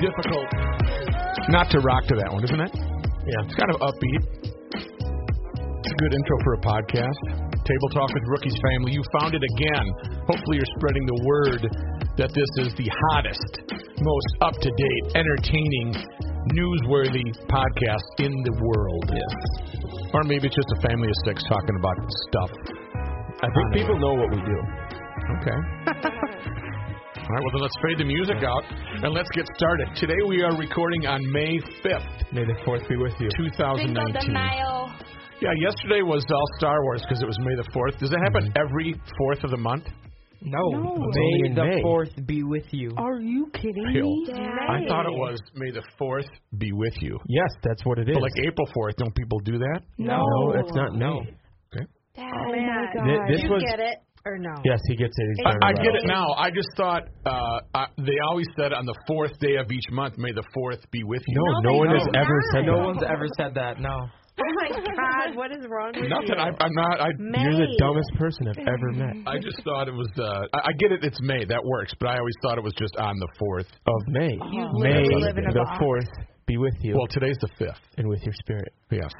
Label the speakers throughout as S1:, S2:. S1: difficult not to rock to that one, isn't it?
S2: Yeah.
S1: It's kind of upbeat. It's a good intro for a podcast. Table Talk with Rookies Family. You found it again. Hopefully, you're spreading the word that this is the hottest, most up to date, entertaining, newsworthy podcast in the world. Yes. Or maybe it's just a family of six talking about stuff.
S2: I think people know what we do.
S1: Okay. All right, well, then let's fade the music out and let's get started. Today we are recording on May 5th,
S2: May the fourth be with you.
S3: Cinco de
S1: 2019.
S3: Mayo.
S1: Yeah, yesterday was all Star Wars because it was May the 4th. Does that happen
S2: Mm-hmm.
S1: every 4th of the month?
S4: No.
S2: only
S4: May
S2: in
S4: the
S2: May.
S4: fourth be with you.
S5: Are you kidding
S1: Hill.
S5: me?
S1: I thought it was May the 4th be with you.
S2: Yes, that's what it is.
S1: But like April 4th, don't people do that?
S4: No.
S2: no, that's not. No.
S3: Dad,
S5: Oh my god.
S2: Th- this
S6: you
S2: was.
S6: get it or no?
S2: Yes, he gets it. He's
S1: I,
S2: trying
S1: I
S2: to
S1: get
S2: rap.
S1: it now. I just thought uh, I, they always said on the fourth day of each month, May the 4th be with you.
S2: No, no,
S6: they
S2: one has
S6: don't.
S2: ever said
S4: No
S2: that.
S4: one's ever said that. No.
S6: Oh my god, what is wrong with
S1: Nothing.
S6: you?
S1: I, I'm not. I,
S6: May.
S2: You're the dumbest person I've ever met
S1: I just thought it was. Uh, I, I get it. It's May. That works. But I always thought it was just on the fourth.
S2: of May.
S6: You
S2: May
S6: literally live in a
S2: the
S6: box.
S2: fourth be with you
S1: Well, today's the fifth.
S2: and with your spirit.
S1: Yes.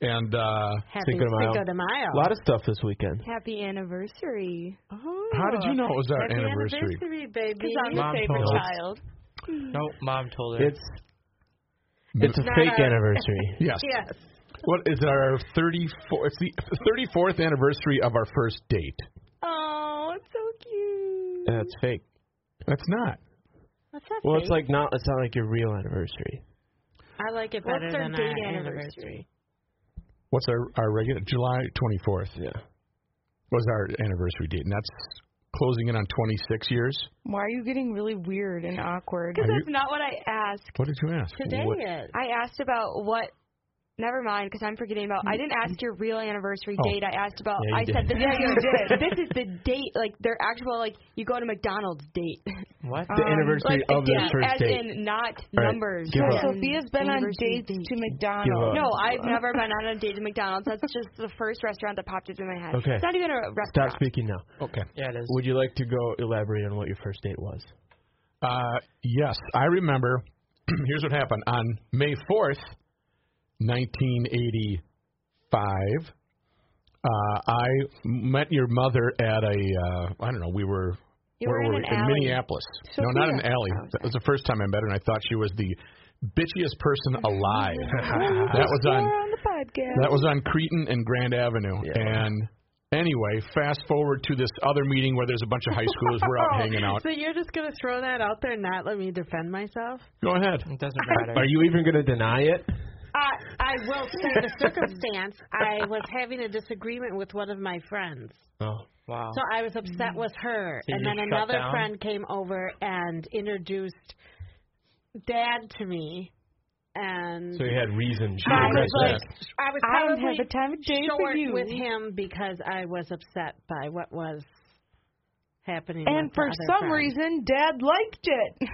S1: And uh,
S6: Happy
S2: Cinco de Mayo.
S6: Cinco de Mayo.
S2: A lot of stuff this weekend.
S3: Happy anniversary.
S6: Oh.
S1: how did you know it was our
S6: Happy
S1: anniversary?
S6: anniversary, baby.
S3: Because I'm
S4: Mom
S3: the favorite
S4: told us.
S3: child.
S4: No, mom told her.
S2: It's it's a
S6: Not
S2: fake
S6: a-
S2: anniversary.
S1: Yes.
S6: Yes.
S1: What is our thirty four? It's the thirty fourth anniversary of our first date.
S3: Oh, it's so cute.
S2: That's fake.
S1: That's not.
S3: That's not
S2: Well, it's
S3: fake.
S2: like not. It's not like your real anniversary.
S6: I like it
S3: What's
S6: better
S3: our
S6: than
S3: date
S6: our
S3: anniversary?
S1: What's our our regular July twenty fourth
S2: Yeah.
S1: was our anniversary date, and that's closing in on twenty six years.
S5: Why are you getting really weird and awkward?
S1: Are
S3: Because
S1: you-
S3: that's not what I asked.
S1: What did you ask?
S6: Today
S1: What-
S6: is.
S3: I asked about what. Never mind, because I'm forgetting about. I didn't ask your real anniversary
S1: Oh.
S3: date. I asked about.
S2: Yeah, you
S3: I said
S2: did.
S3: this. Yeah, you did. this is the date, like their actual, like you go to McDonald's date.
S4: what?
S2: The anniversary
S3: like
S2: of
S3: a
S2: the
S3: date,
S2: first
S3: as
S2: date.
S3: in not
S2: right,
S3: numbers.
S2: give
S5: Yeah,
S2: up.
S5: Sophia's been on
S3: Anniversary
S5: dates
S3: date.
S5: to McDonald's.
S2: Give
S3: No, I've never been on a date to McDonald's. That's just the first restaurant that popped into my head.
S2: Okay.
S3: It's not even a
S2: Stop
S3: restaurant.
S2: speaking now.
S1: Okay.
S4: Ah. Yeah, it is.
S2: Would you like to go elaborate on what your first date was?
S1: Uh, yes, I remember. here's what happened on May 4th, 1985. Uh, I met your mother at a uh, I don't know. We were
S3: You
S1: where
S3: were
S1: were
S3: in
S1: we?
S3: an alley. Oh,
S1: Minneapolis. No, not an alley. That was the first time I met her, and I thought she was the bitchiest person alive. that was on
S5: We're on the podcast.
S1: that was on Cretan and Grand Avenue.
S2: Yeah.
S1: And anyway, fast forward to this other meeting where there's a bunch of high schoolers. We're out hanging out.
S6: Oh, So you're just gonna throw that out there, and not let me defend myself?
S1: Go ahead.
S4: It doesn't matter.
S2: Are you even going to deny it?
S6: Uh, I will say the circumstance. I was having a disagreement with one of my friends.
S2: Oh.
S4: wow.
S6: So I was upset with her,
S4: So
S6: and
S4: you
S6: then
S4: shut
S6: another
S4: down?
S6: friend came over and introduced Dad to me, and
S2: So you had reason.
S6: I was
S1: Yeah.
S6: like, I was
S5: I don't
S6: probably
S5: have the time of day for
S6: short
S5: you.
S6: with him because I was upset by what was happening.
S5: and
S6: with
S5: for
S6: the other
S5: some
S6: friend.
S5: reason, Dad liked it.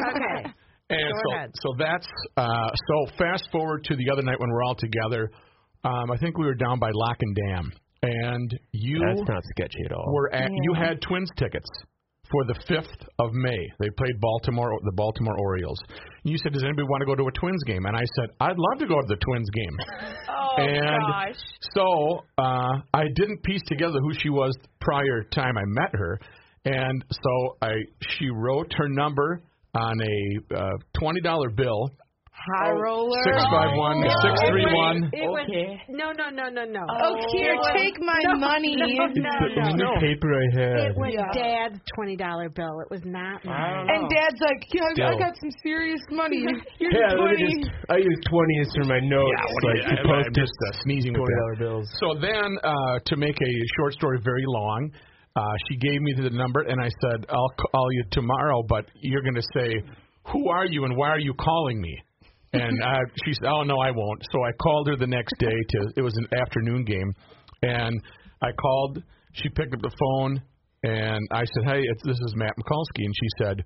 S6: okay,
S1: And
S6: Go
S1: so,
S6: ahead.
S1: so that's uh, so. Fast forward to the other night when we're all together. Um, I think we were down by Lock and Dam, and you
S2: That's not sketchy at all.
S1: were at. You had Twins tickets for the fifth of May. They played Baltimore, the Baltimore Orioles. And you said, "Does anybody want to go to a Twins game?" And I said, "I'd love to go to the Twins game."
S3: Oh
S1: and
S3: gosh.
S1: so uh, I didn't piece together who she was prior time I met her, and so I she wrote her number on a uh, twenty dollar bill.
S5: High roller.
S1: Six five one
S3: Oh,
S1: six three one.
S6: it was no, no, no, no, no.
S5: Oh, here, take my
S6: No,
S5: money.
S6: No, no,
S2: the
S6: no.
S2: only paper I had.
S6: It was
S5: Yeah.
S6: Dad's twenty dollar bill. It was not
S4: I
S6: mine.
S4: don't
S5: And
S4: know.
S5: Dad's like, yeah, I-
S2: Still.
S5: I got some serious money. Here's
S2: yeah, let me
S5: 20.
S2: just, I use 20s for my notes. like,
S1: I,
S2: you
S1: am
S2: posted
S1: just uh, sneezing with that.
S2: $20 bills.
S1: So then, uh, to make a short story very long, uh, she gave me the number, and I said, "I'll call you tomorrow, but you're going to say, who are you and why are you calling me?" And uh, she said, "Oh no, I won't." So I called her the next day to it was an afternoon game, and I called. She picked up the phone, and I said, "Hey, it's, this is Matt Mikulski," and she said.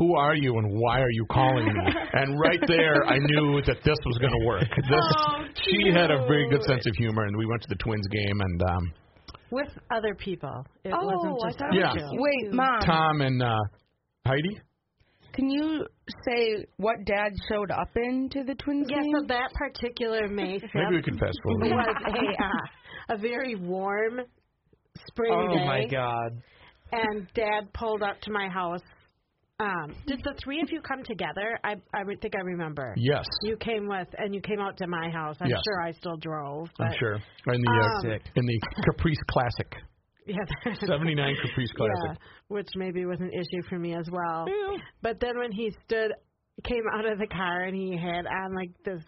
S1: Who are you and why are you calling me? And right there, I knew that this was going to work. This,
S6: Oh,
S1: she had a very good sense of humor, and we went to the Twins game, and um,
S6: with other people. It
S3: Oh,
S6: wasn't
S3: I
S6: just
S3: thought
S6: you
S1: it was
S6: two.
S1: just
S5: Wait, Mom.
S1: Tom and uh, Heidi.
S5: Can you say what dad showed up in to the Twins
S6: Yeah,
S5: game?
S6: so that particular May 5th
S1: Maybe we can fast forward.
S6: was a, uh, a very warm spring
S4: Oh
S6: day.
S4: my God.
S6: and dad pulled up to my house. Um, did the three of you come together? I I would think I remember.
S1: Yes,
S6: You came with and you came out to my house. I'm
S1: Yes.
S6: sure I still drove. But um,
S1: I'm sure. In the uh,
S4: Sick.
S1: in the Caprice Classic,
S6: Yeah.
S1: '79 Caprice
S6: yeah,
S1: Classic.
S6: which maybe was an issue for me as well. But then when he stood came out of the car and he had on like this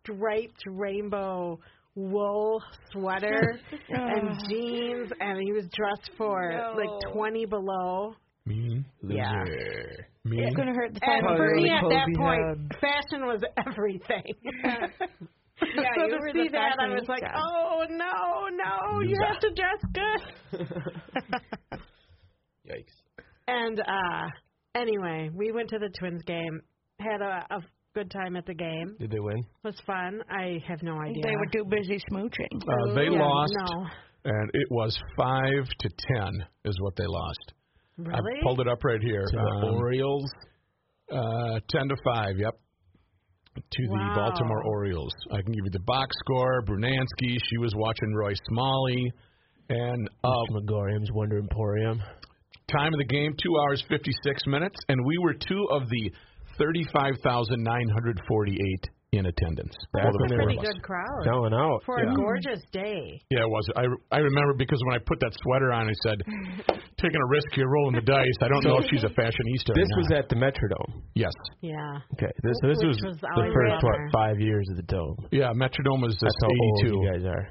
S6: striped rainbow wool sweater and jeans and he was dressed for like 20 below.
S1: Mean
S6: Yeah.
S1: loser. Mean.
S5: It's gonna hurt the
S6: And
S5: fiber.
S6: for me at
S4: Probably
S6: that
S4: Kobe
S6: point,
S4: had-
S6: fashion was everything.
S5: Yeah,
S6: so
S5: you
S6: to
S5: were
S6: see
S5: the
S6: that, I was like,
S5: fashionista.
S6: oh no, no, you have to dress good.
S2: Yikes.
S6: and uh anyway, we went to the Twins game, had a, a good time at the game.
S2: Did they win?
S6: was fun. I have no idea.
S5: They were too busy smooching.
S1: Uh, they
S6: Yeah,
S1: lost,
S6: No,
S1: and it was five to ten is what they lost.
S6: really.
S1: I pulled it up right here.
S2: To the
S1: Um,
S2: Orioles.
S1: Uh, ten to five. Yep. To
S6: Wow.
S1: the Baltimore Orioles. I can give you the box score. Brunansky. She was watching Roy Smalley. And uh,
S2: Megarium's Wonder Emporium.
S1: time of the game, two hours fifty six minutes, and we were two of the thirty five thousand nine hundred forty eight in attendance.
S2: That's
S1: All the
S2: a
S1: four
S6: pretty
S1: of us.
S6: good crowd
S2: Selling out.
S6: for a gorgeous day.
S1: Yeah, it was. I I remember because when I put that sweater on, I said, "Taking a risk here, rolling the dice." I don't know if she's a fashionista.
S2: This
S1: or
S2: was
S1: not.
S2: at the Metrodome.
S1: yes,
S6: Yeah.
S2: Okay, this, so this
S6: Which
S2: was,
S6: was
S2: the
S6: always
S2: first what
S6: better.
S2: five years of the dome.
S1: yeah. Metrodome was this
S2: That's how
S1: eighty
S2: old
S1: two.
S2: you guys are.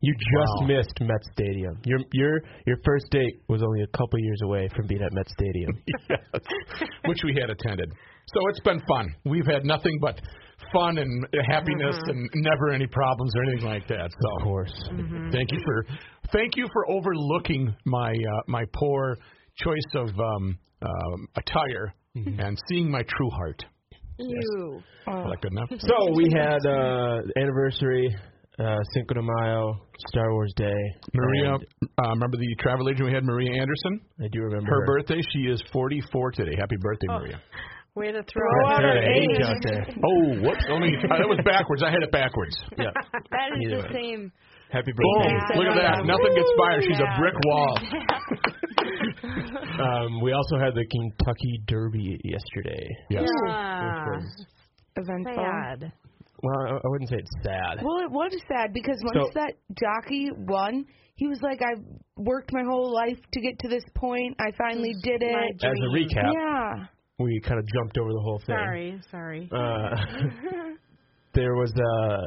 S2: You just
S1: Wow.
S2: missed Met Stadium. Your your your first date was only a couple years away from being at Met Stadium.
S1: which we had attended. So it's been fun. We've had nothing but fun and happiness and never any problems or anything like that. So Mm-hmm.
S2: of course.
S1: thank you for thank you for overlooking my uh, my poor choice of um, um, attire and seeing my true heart.
S6: You.
S1: Is that good enough?
S2: So we had uh anniversary, uh Cinco de Mayo, Star Wars Day.
S1: Maria,
S2: and
S1: uh, remember the travel agent we had, Maria Anderson?
S2: I do remember
S1: Her birthday, she is 44 today. Happy birthday, Maria.
S6: Way to throw
S2: That's
S6: it.
S2: right,
S5: an
S2: age
S5: age.
S2: out there.
S1: Oh, whoops. Only, uh, that was backwards. I had it backwards.
S2: Yeah.
S5: That is
S2: Either
S5: the
S2: way.
S5: same.
S2: Happy
S1: Boom.
S2: birthday.
S1: Look at that. Nothing gets by her. She's a
S5: Yeah.
S1: brick wall.
S2: Um we also had the Kentucky Derby yesterday.
S1: Yes.
S6: Ah,
S5: Eventful.
S6: sad.
S2: Well, I- I wouldn't say it's sad.
S5: Well, it was sad because once
S2: So-
S5: that jockey won, he was like, "I've worked my whole life to get to this point. I finally did it."
S2: As a recap,
S5: Yeah.
S2: we kind of jumped over the whole thing.
S6: Sorry, sorry.
S2: Uh, there was a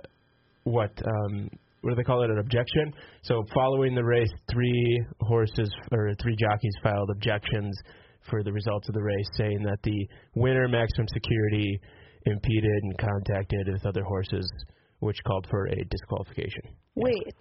S2: what um what do they call it an objection so following the race three horses or three jockeys filed objections for the results of the race saying that the winner maximum security impeded and contacted with other horses which called for a disqualification
S5: Wait.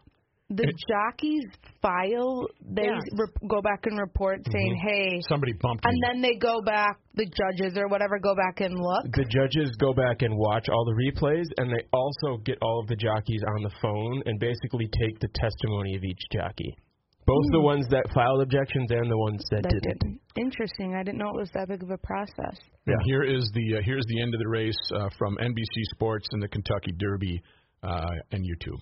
S5: The jockeys file. They
S6: Yes.
S5: re- go back and report saying, "Hey,"
S1: Somebody bumped me.
S5: and then they go back. The judges or whatever go back and look.
S2: the judges go back and watch all the replays and they also get all of the jockeys on the phone and basically take the testimony of each jockey both the ones that filed objections and the ones that
S5: That
S2: didn't
S5: didn't. Interesting. I didn't know it was that big of a process.
S1: And Here is the uh, here's the end of the race uh, from NBC Sports and the Kentucky Derby uh, and YouTube.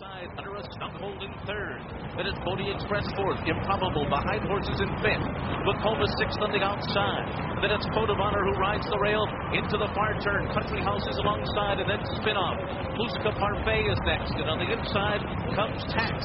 S7: Side under a stumble in third. Then it's Bodie Express fourth. Improbable behind horses in fifth. Vacoma sixth on the outside. Then it's Code of Honor who rides the rail into the far turn. Country House is alongside and then spin off. Pluska Parfait is next. And on the inside comes Tax.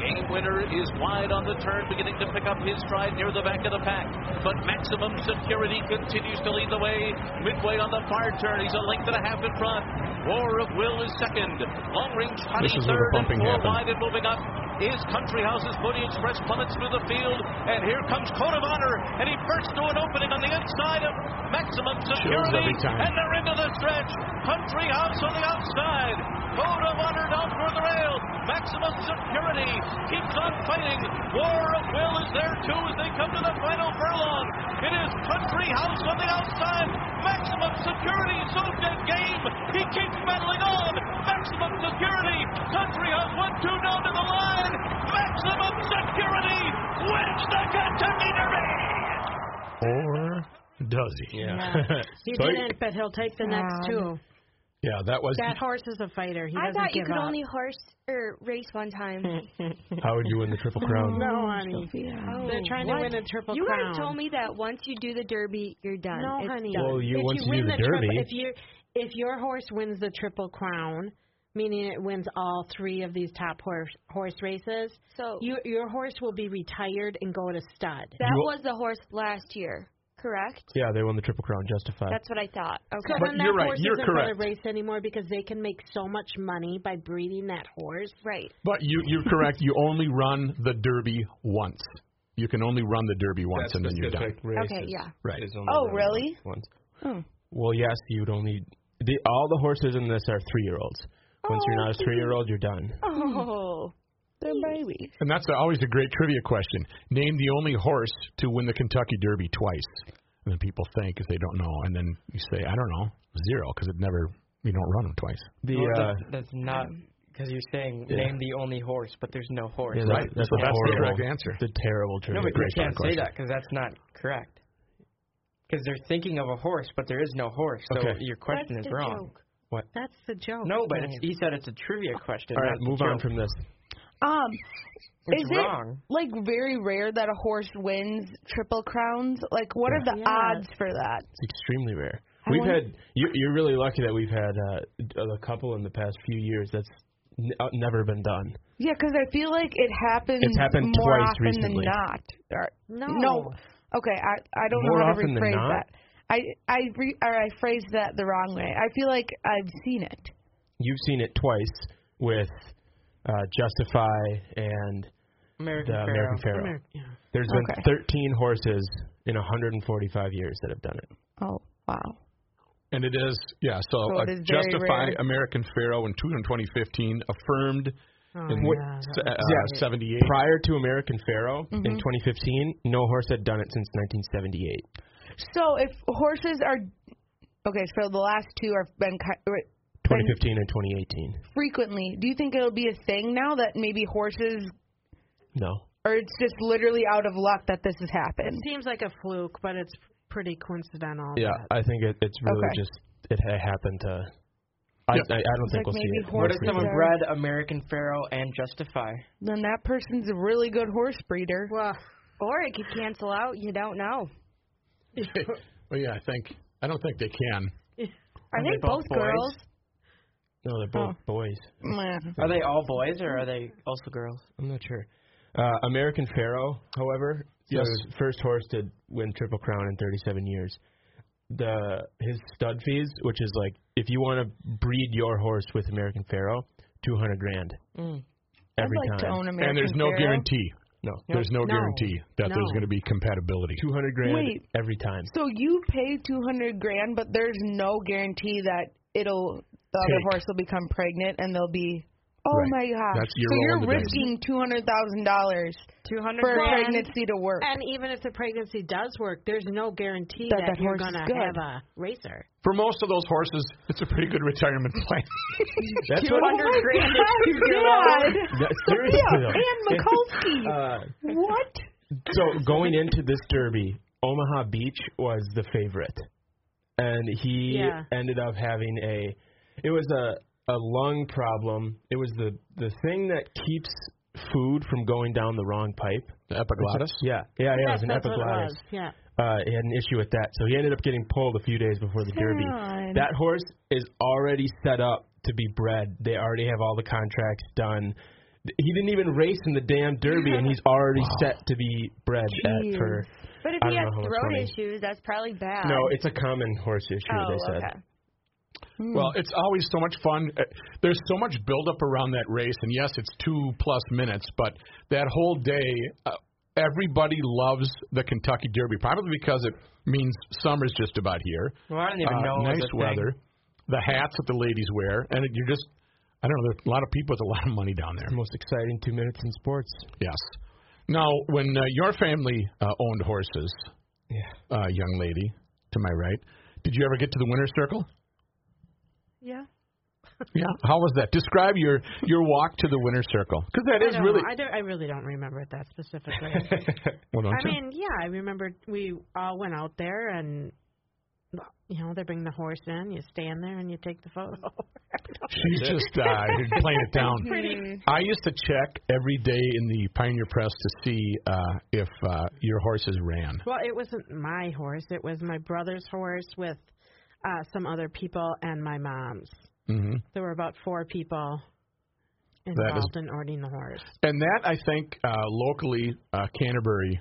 S7: Game winner is wide on the turn, beginning to pick up his stride near the back of the pack. But maximum security continues to lead the way. Midway on the far turn, he's a length and a half in front. War of Will is second. Long range Honey
S1: This is where the
S7: third
S1: bumping
S7: and four
S1: happened.
S7: wide and moving up is Country House's Booty Express plummets through the field. And here comes Code of Honor, and he bursts through an opening on the inside of Maximum Security.
S1: every time.
S7: And they're into the stretch. Country House on the outside. Code of Honor down toward the rail. Maximum Security keeps on fighting. War of Will is there too as they come to the final furlong. It is Country House on the outside. Maximum Security is so dead game. He keeps battling on. Maximum Security. Country House one two down to the line. Maximum Security wins the Kentucky Derby.
S1: Or does does he?
S6: Yeah. He
S1: Psych.
S6: didn't, but he'll take the next two.
S1: Yeah, that was.
S6: That horse is a fighter. He
S3: I
S6: doesn't
S3: thought you
S6: give
S3: could
S6: up.
S3: only horse or race one time.
S2: Hmm. How would you win the Triple Crown?
S5: Mm-hmm.
S6: No, honey.
S5: Yeah.
S3: Oh,
S6: They're trying
S3: what?
S6: to win a triple
S3: You
S6: crown.
S3: guys told me that once you do the Derby, you're done.
S6: No,
S3: It's
S6: honey.
S3: done.
S2: Well, you-
S6: if
S2: once
S6: you
S2: you
S6: win
S2: do the Derby-
S6: triple, if you if your horse wins the triple crown, meaning it wins all three of these top horse horse races,
S3: So
S6: you, your horse will be retired and go to stud.
S3: that
S2: You-
S3: was the horse last year, correct?
S2: Yeah, they won the Triple Crown justified.
S3: That's what I thought.
S6: So
S3: Okay.
S1: But
S6: then
S1: you're
S6: that
S1: right,
S6: horse
S1: you're
S6: isn't
S1: correct.
S6: going to race anymore because they can make so much money by breeding that horse.
S3: right.
S1: But you, you're correct. You only run the Derby once. You can only run the Derby once,
S2: That
S1: and then you're done.
S2: specific race
S3: Okay,
S2: is-
S3: yeah.
S1: Right.
S2: is only
S5: Oh,
S2: done
S5: really?
S2: Once.
S5: Oh.
S2: Well, yes, you'd only. The, all the horses in this are three year olds. Once you're not a three year old, you're done.
S3: Oh.
S5: They're babies.
S1: And that's always a great trivia question. Name the only horse to win the Kentucky Derby twice. And then people think if they don't know, and then you say, I don't know, zero, because it never you don't run them twice.
S2: The,
S4: Well,
S2: uh,
S4: that's, that's not because you're saying
S2: Yeah.
S4: name the only horse, but there's no horse.
S2: yeah, that-
S1: Right.
S2: That's
S1: So
S2: a
S1: that's the
S2: horrible,
S1: correct answer.
S2: The terrible
S4: No,
S2: trivia.
S4: but you
S1: great
S4: can't
S1: question.
S4: say that because that's not correct. Because they're thinking of a horse, but there is no horse. So
S2: Okay.
S4: your question
S6: That's
S4: is
S6: the
S4: wrong.
S6: joke. That's the joke.
S4: No, but it's, he said it's a trivia question.
S2: all right,
S4: not a
S2: move on
S4: joke.
S2: from this.
S5: Um,
S4: It's
S5: is
S4: wrong.
S5: it like very rare that a horse wins triple crowns? Like, what are the
S6: Yeah.
S5: odds for that?
S2: It's extremely rare. We've
S5: wonder-
S2: had. You, you're really lucky that we've had uh, a couple in the past few years. That's n- uh, never been done.
S5: Yeah, because I feel like it happens.
S2: It's happened
S5: more
S2: twice
S5: often
S2: recently.
S5: than not. Or-
S6: No.
S5: Okay, I I don't
S2: More
S5: know how to
S2: often than
S5: rephrase
S2: not?
S5: that. I I re, or I phrased that the wrong way. I feel like I've seen it.
S2: You've seen it twice with uh, Justify and
S4: American
S2: the
S4: Pharaoh.
S2: American Pharaoh.
S6: America. Yeah.
S2: There's
S5: Okay.
S2: been 13 horses in 145 years that have done it.
S5: Oh wow.
S1: And it is, yeah. So,
S5: So
S1: uh,
S5: it is very
S1: justify
S5: rare.
S1: American Pharaoh in 2015 affirmed
S6: Oh,
S1: in
S2: What-
S6: yeah, that-
S1: se- uh,
S2: Yeah.
S1: 78.
S2: Prior to American Pharaoh
S5: Mm-hmm.
S2: in 2015, no horse had done it since 1978.
S5: So if horses are okay, so the last two have been ki-
S2: 2015 and 2018.
S5: frequently. Do you think it'll be a thing now that maybe horses,
S2: No.
S5: or it's just literally out of luck that this has happened?
S6: It seems like a fluke, but it's pretty coincidental.
S2: Yeah,
S6: that-
S2: I think it, it's really
S5: Okay.
S2: just it ha- happened to. I,
S1: Yeah.
S2: I, I don't think
S5: like
S2: we'll see
S5: maybe
S2: it.
S5: horse
S4: What if
S5: Horses
S4: someone
S5: are-
S4: bred American Pharaoh and Justify?
S5: Then that person's a really good horse breeder.
S6: Well,
S3: Or it could cancel out. You don't know.
S1: well, yeah, I think I don't think they can.
S3: Are they,
S4: they both boys?
S3: girls?
S2: No, they're
S5: Oh.
S2: both boys.
S5: Meh.
S4: Are they all boys or are they also girls?
S2: I'm not sure. Uh, American Pharaoh, however,
S1: Yes.
S2: so his first horse to win Triple Crown in 37 years. The his stud fees, which is like if you want to breed your horse with American Pharaoh, 200 grand every
S5: Mm. I'd like
S2: time.
S5: to own American
S1: and there's no
S5: Pharaoh.
S1: guarantee.
S2: no,
S1: There's no,
S6: No.
S1: guarantee that there's
S6: No.
S1: going to be compatibility.
S2: 200 grand
S5: Wait.
S2: every time.
S5: So you pay two hundred grand, but there's no guarantee that it'll the other
S2: Take.
S5: horse will become pregnant and they'll be. Oh
S1: Right.
S5: my gosh!
S1: That's- you're
S5: so you're
S1: rolling the dice.
S5: risking two hundred thousand dollars
S6: two hundred
S5: for a pregnancy to work.
S6: And even if the pregnancy does work, there's no guarantee
S5: That
S6: that,
S5: that
S6: you're
S5: horse is
S6: gonna
S5: good.
S6: have a racer.
S1: For most of those horses, it's a pretty good retirement plan.
S2: That's what
S5: oh my god!
S2: that, seriously
S5: Yeah,
S2: though.
S5: and Mikulski.
S2: Uh,
S5: what?
S2: so going into this derby, Omaha Beach was the favorite, and he
S6: Yeah.
S2: ended up having a. It was a a lung problem. It was the the thing that keeps food from going down the wrong pipe.
S1: The epiglottis.
S2: Yeah, yeah, yeah. it was an
S6: that's what it
S2: epiglottis.
S6: was. Yeah.
S2: Uh, he had an issue with that, so he ended up getting pulled a few days before the Derby.
S5: God.
S2: That horse is already set up to be bred. They already have all the contracts done. He didn't even race in the damn Derby, and he's already set to be bred at for.
S3: But if
S2: I
S3: he
S2: don't
S3: has
S2: know how much
S3: throat
S2: money.
S3: issues, that's probably bad.
S2: No, it's a common horse issue.
S3: Oh,
S2: they said.
S3: okay.
S4: Hmm.
S1: Well, it's always so much fun. Uh, There's so much buildup around that race, and yes, it's two plus minutes, but that whole day, uh, everybody loves the Kentucky Derby, probably because it means summer's just about here.
S4: Well, I don't even
S1: Uh,
S4: know. it was
S1: nice
S4: a thing.
S1: weather, the hats that the ladies wear, and it, you're just, I don't know, there's a lot of people with a lot of money down there.
S2: The most exciting two minutes in sports.
S1: Yes. Now, when uh, your family uh, owned horses,
S2: Yeah.
S1: uh, young lady to my right, did you ever get to the winner's circle?
S6: Yeah.
S1: Yeah. How was that? Describe your your walk to the winner's circle. Because that is
S6: I don't
S1: really.
S6: know. I, don't, I really don't remember it that specifically.
S1: Well, don't
S6: I
S1: you?
S6: mean, yeah, I remember we all went out there and You know, they bring the horse in, you stand there, and you take the photo.
S1: She's just uh, playing it down. I used to check every day in the Pioneer Press to see uh, if uh, your horses ran.
S6: well, it wasn't my horse. It was my brother's horse with uh, some other people and my mom's.
S1: hmm
S6: There were about four people involved in ordering the horse.
S1: And that I think uh, locally, uh, Canterbury,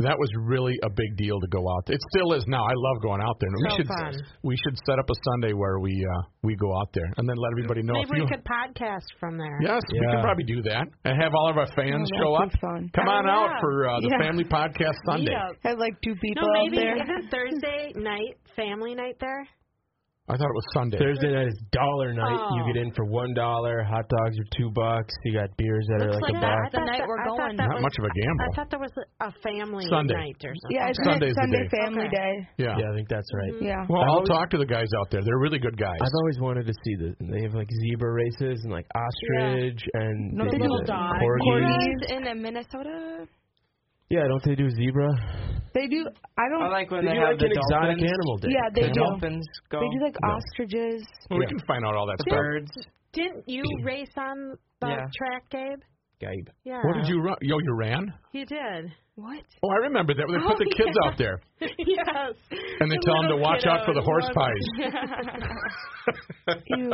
S1: that was really a big deal to go out. It still is now. I love going out there. we
S6: So
S1: should
S6: fun.
S1: we should set up a Sunday where we uh, we go out there and then let everybody know.
S6: Maybe
S1: if you,
S6: we could podcast from there.
S1: yes, we
S2: Yeah.
S1: could probably do that and have all of our fans
S5: Oh, that
S1: show up.
S5: sounds fun.
S1: Come on
S5: Oh,
S1: out
S5: yeah.
S1: for uh, the
S5: Yeah.
S1: family podcast Sunday.
S6: Meetup.
S5: Had like two people
S6: No,
S5: out
S6: maybe
S5: there.
S6: isn't Thursday night family night there?
S1: I thought it was Sunday.
S2: Thursday night is dollar night.
S6: Oh.
S2: You get in for one dollar. Hot dogs are two bucks. You got beers that are
S3: Looks
S2: like,
S3: like
S2: a
S3: that.
S2: buck.
S3: the night we're
S6: I thought
S3: going.
S6: that
S1: Not
S6: was-
S1: much of a gamble.
S6: I thought there was a family
S1: Sunday.
S6: night or something.
S5: Yeah, isn't
S1: Sunday's
S5: it
S1: the
S5: Sunday
S1: day.
S5: Family
S6: Okay.
S5: Day?
S1: yeah.
S2: Yeah, I think that's right.
S5: Yeah.
S1: Well,
S2: I've
S1: I'll
S2: always-
S1: talk to the guys out there. They're really good guys.
S2: I've always wanted to see the. They have like zebra races and like ostrich and
S5: No,
S2: they
S5: they
S2: do
S5: do
S2: the
S6: dog.
S2: corgis.
S3: Corgis in uh, Minnesota.
S2: Yeah, don't they do zebra?
S5: They do. I don't.
S4: I like when
S2: They
S4: they,
S2: do
S4: have
S2: like
S4: the
S2: an exotic
S4: dolphins.
S2: animal day.
S5: yeah, they
S4: the
S5: do.
S4: dolphins go.
S5: They do like ostriches.
S1: Well, we can find out all that
S4: the
S1: stuff.
S4: birds.
S6: Didn't you race on the
S4: Yeah.
S6: track, Gabe?
S2: Gabe.
S6: Yeah.
S1: What did you run? Yo, you ran?
S6: He did.
S5: What?
S1: Oh, I remember that. They put
S5: Uh-huh.
S6: Oh,
S1: the kids
S6: yeah.
S1: out there
S6: yes.
S1: and they
S6: The
S1: tell them to
S6: little
S1: watch out for the
S6: kiddos
S1: horse
S6: love
S1: pies.
S5: Ew.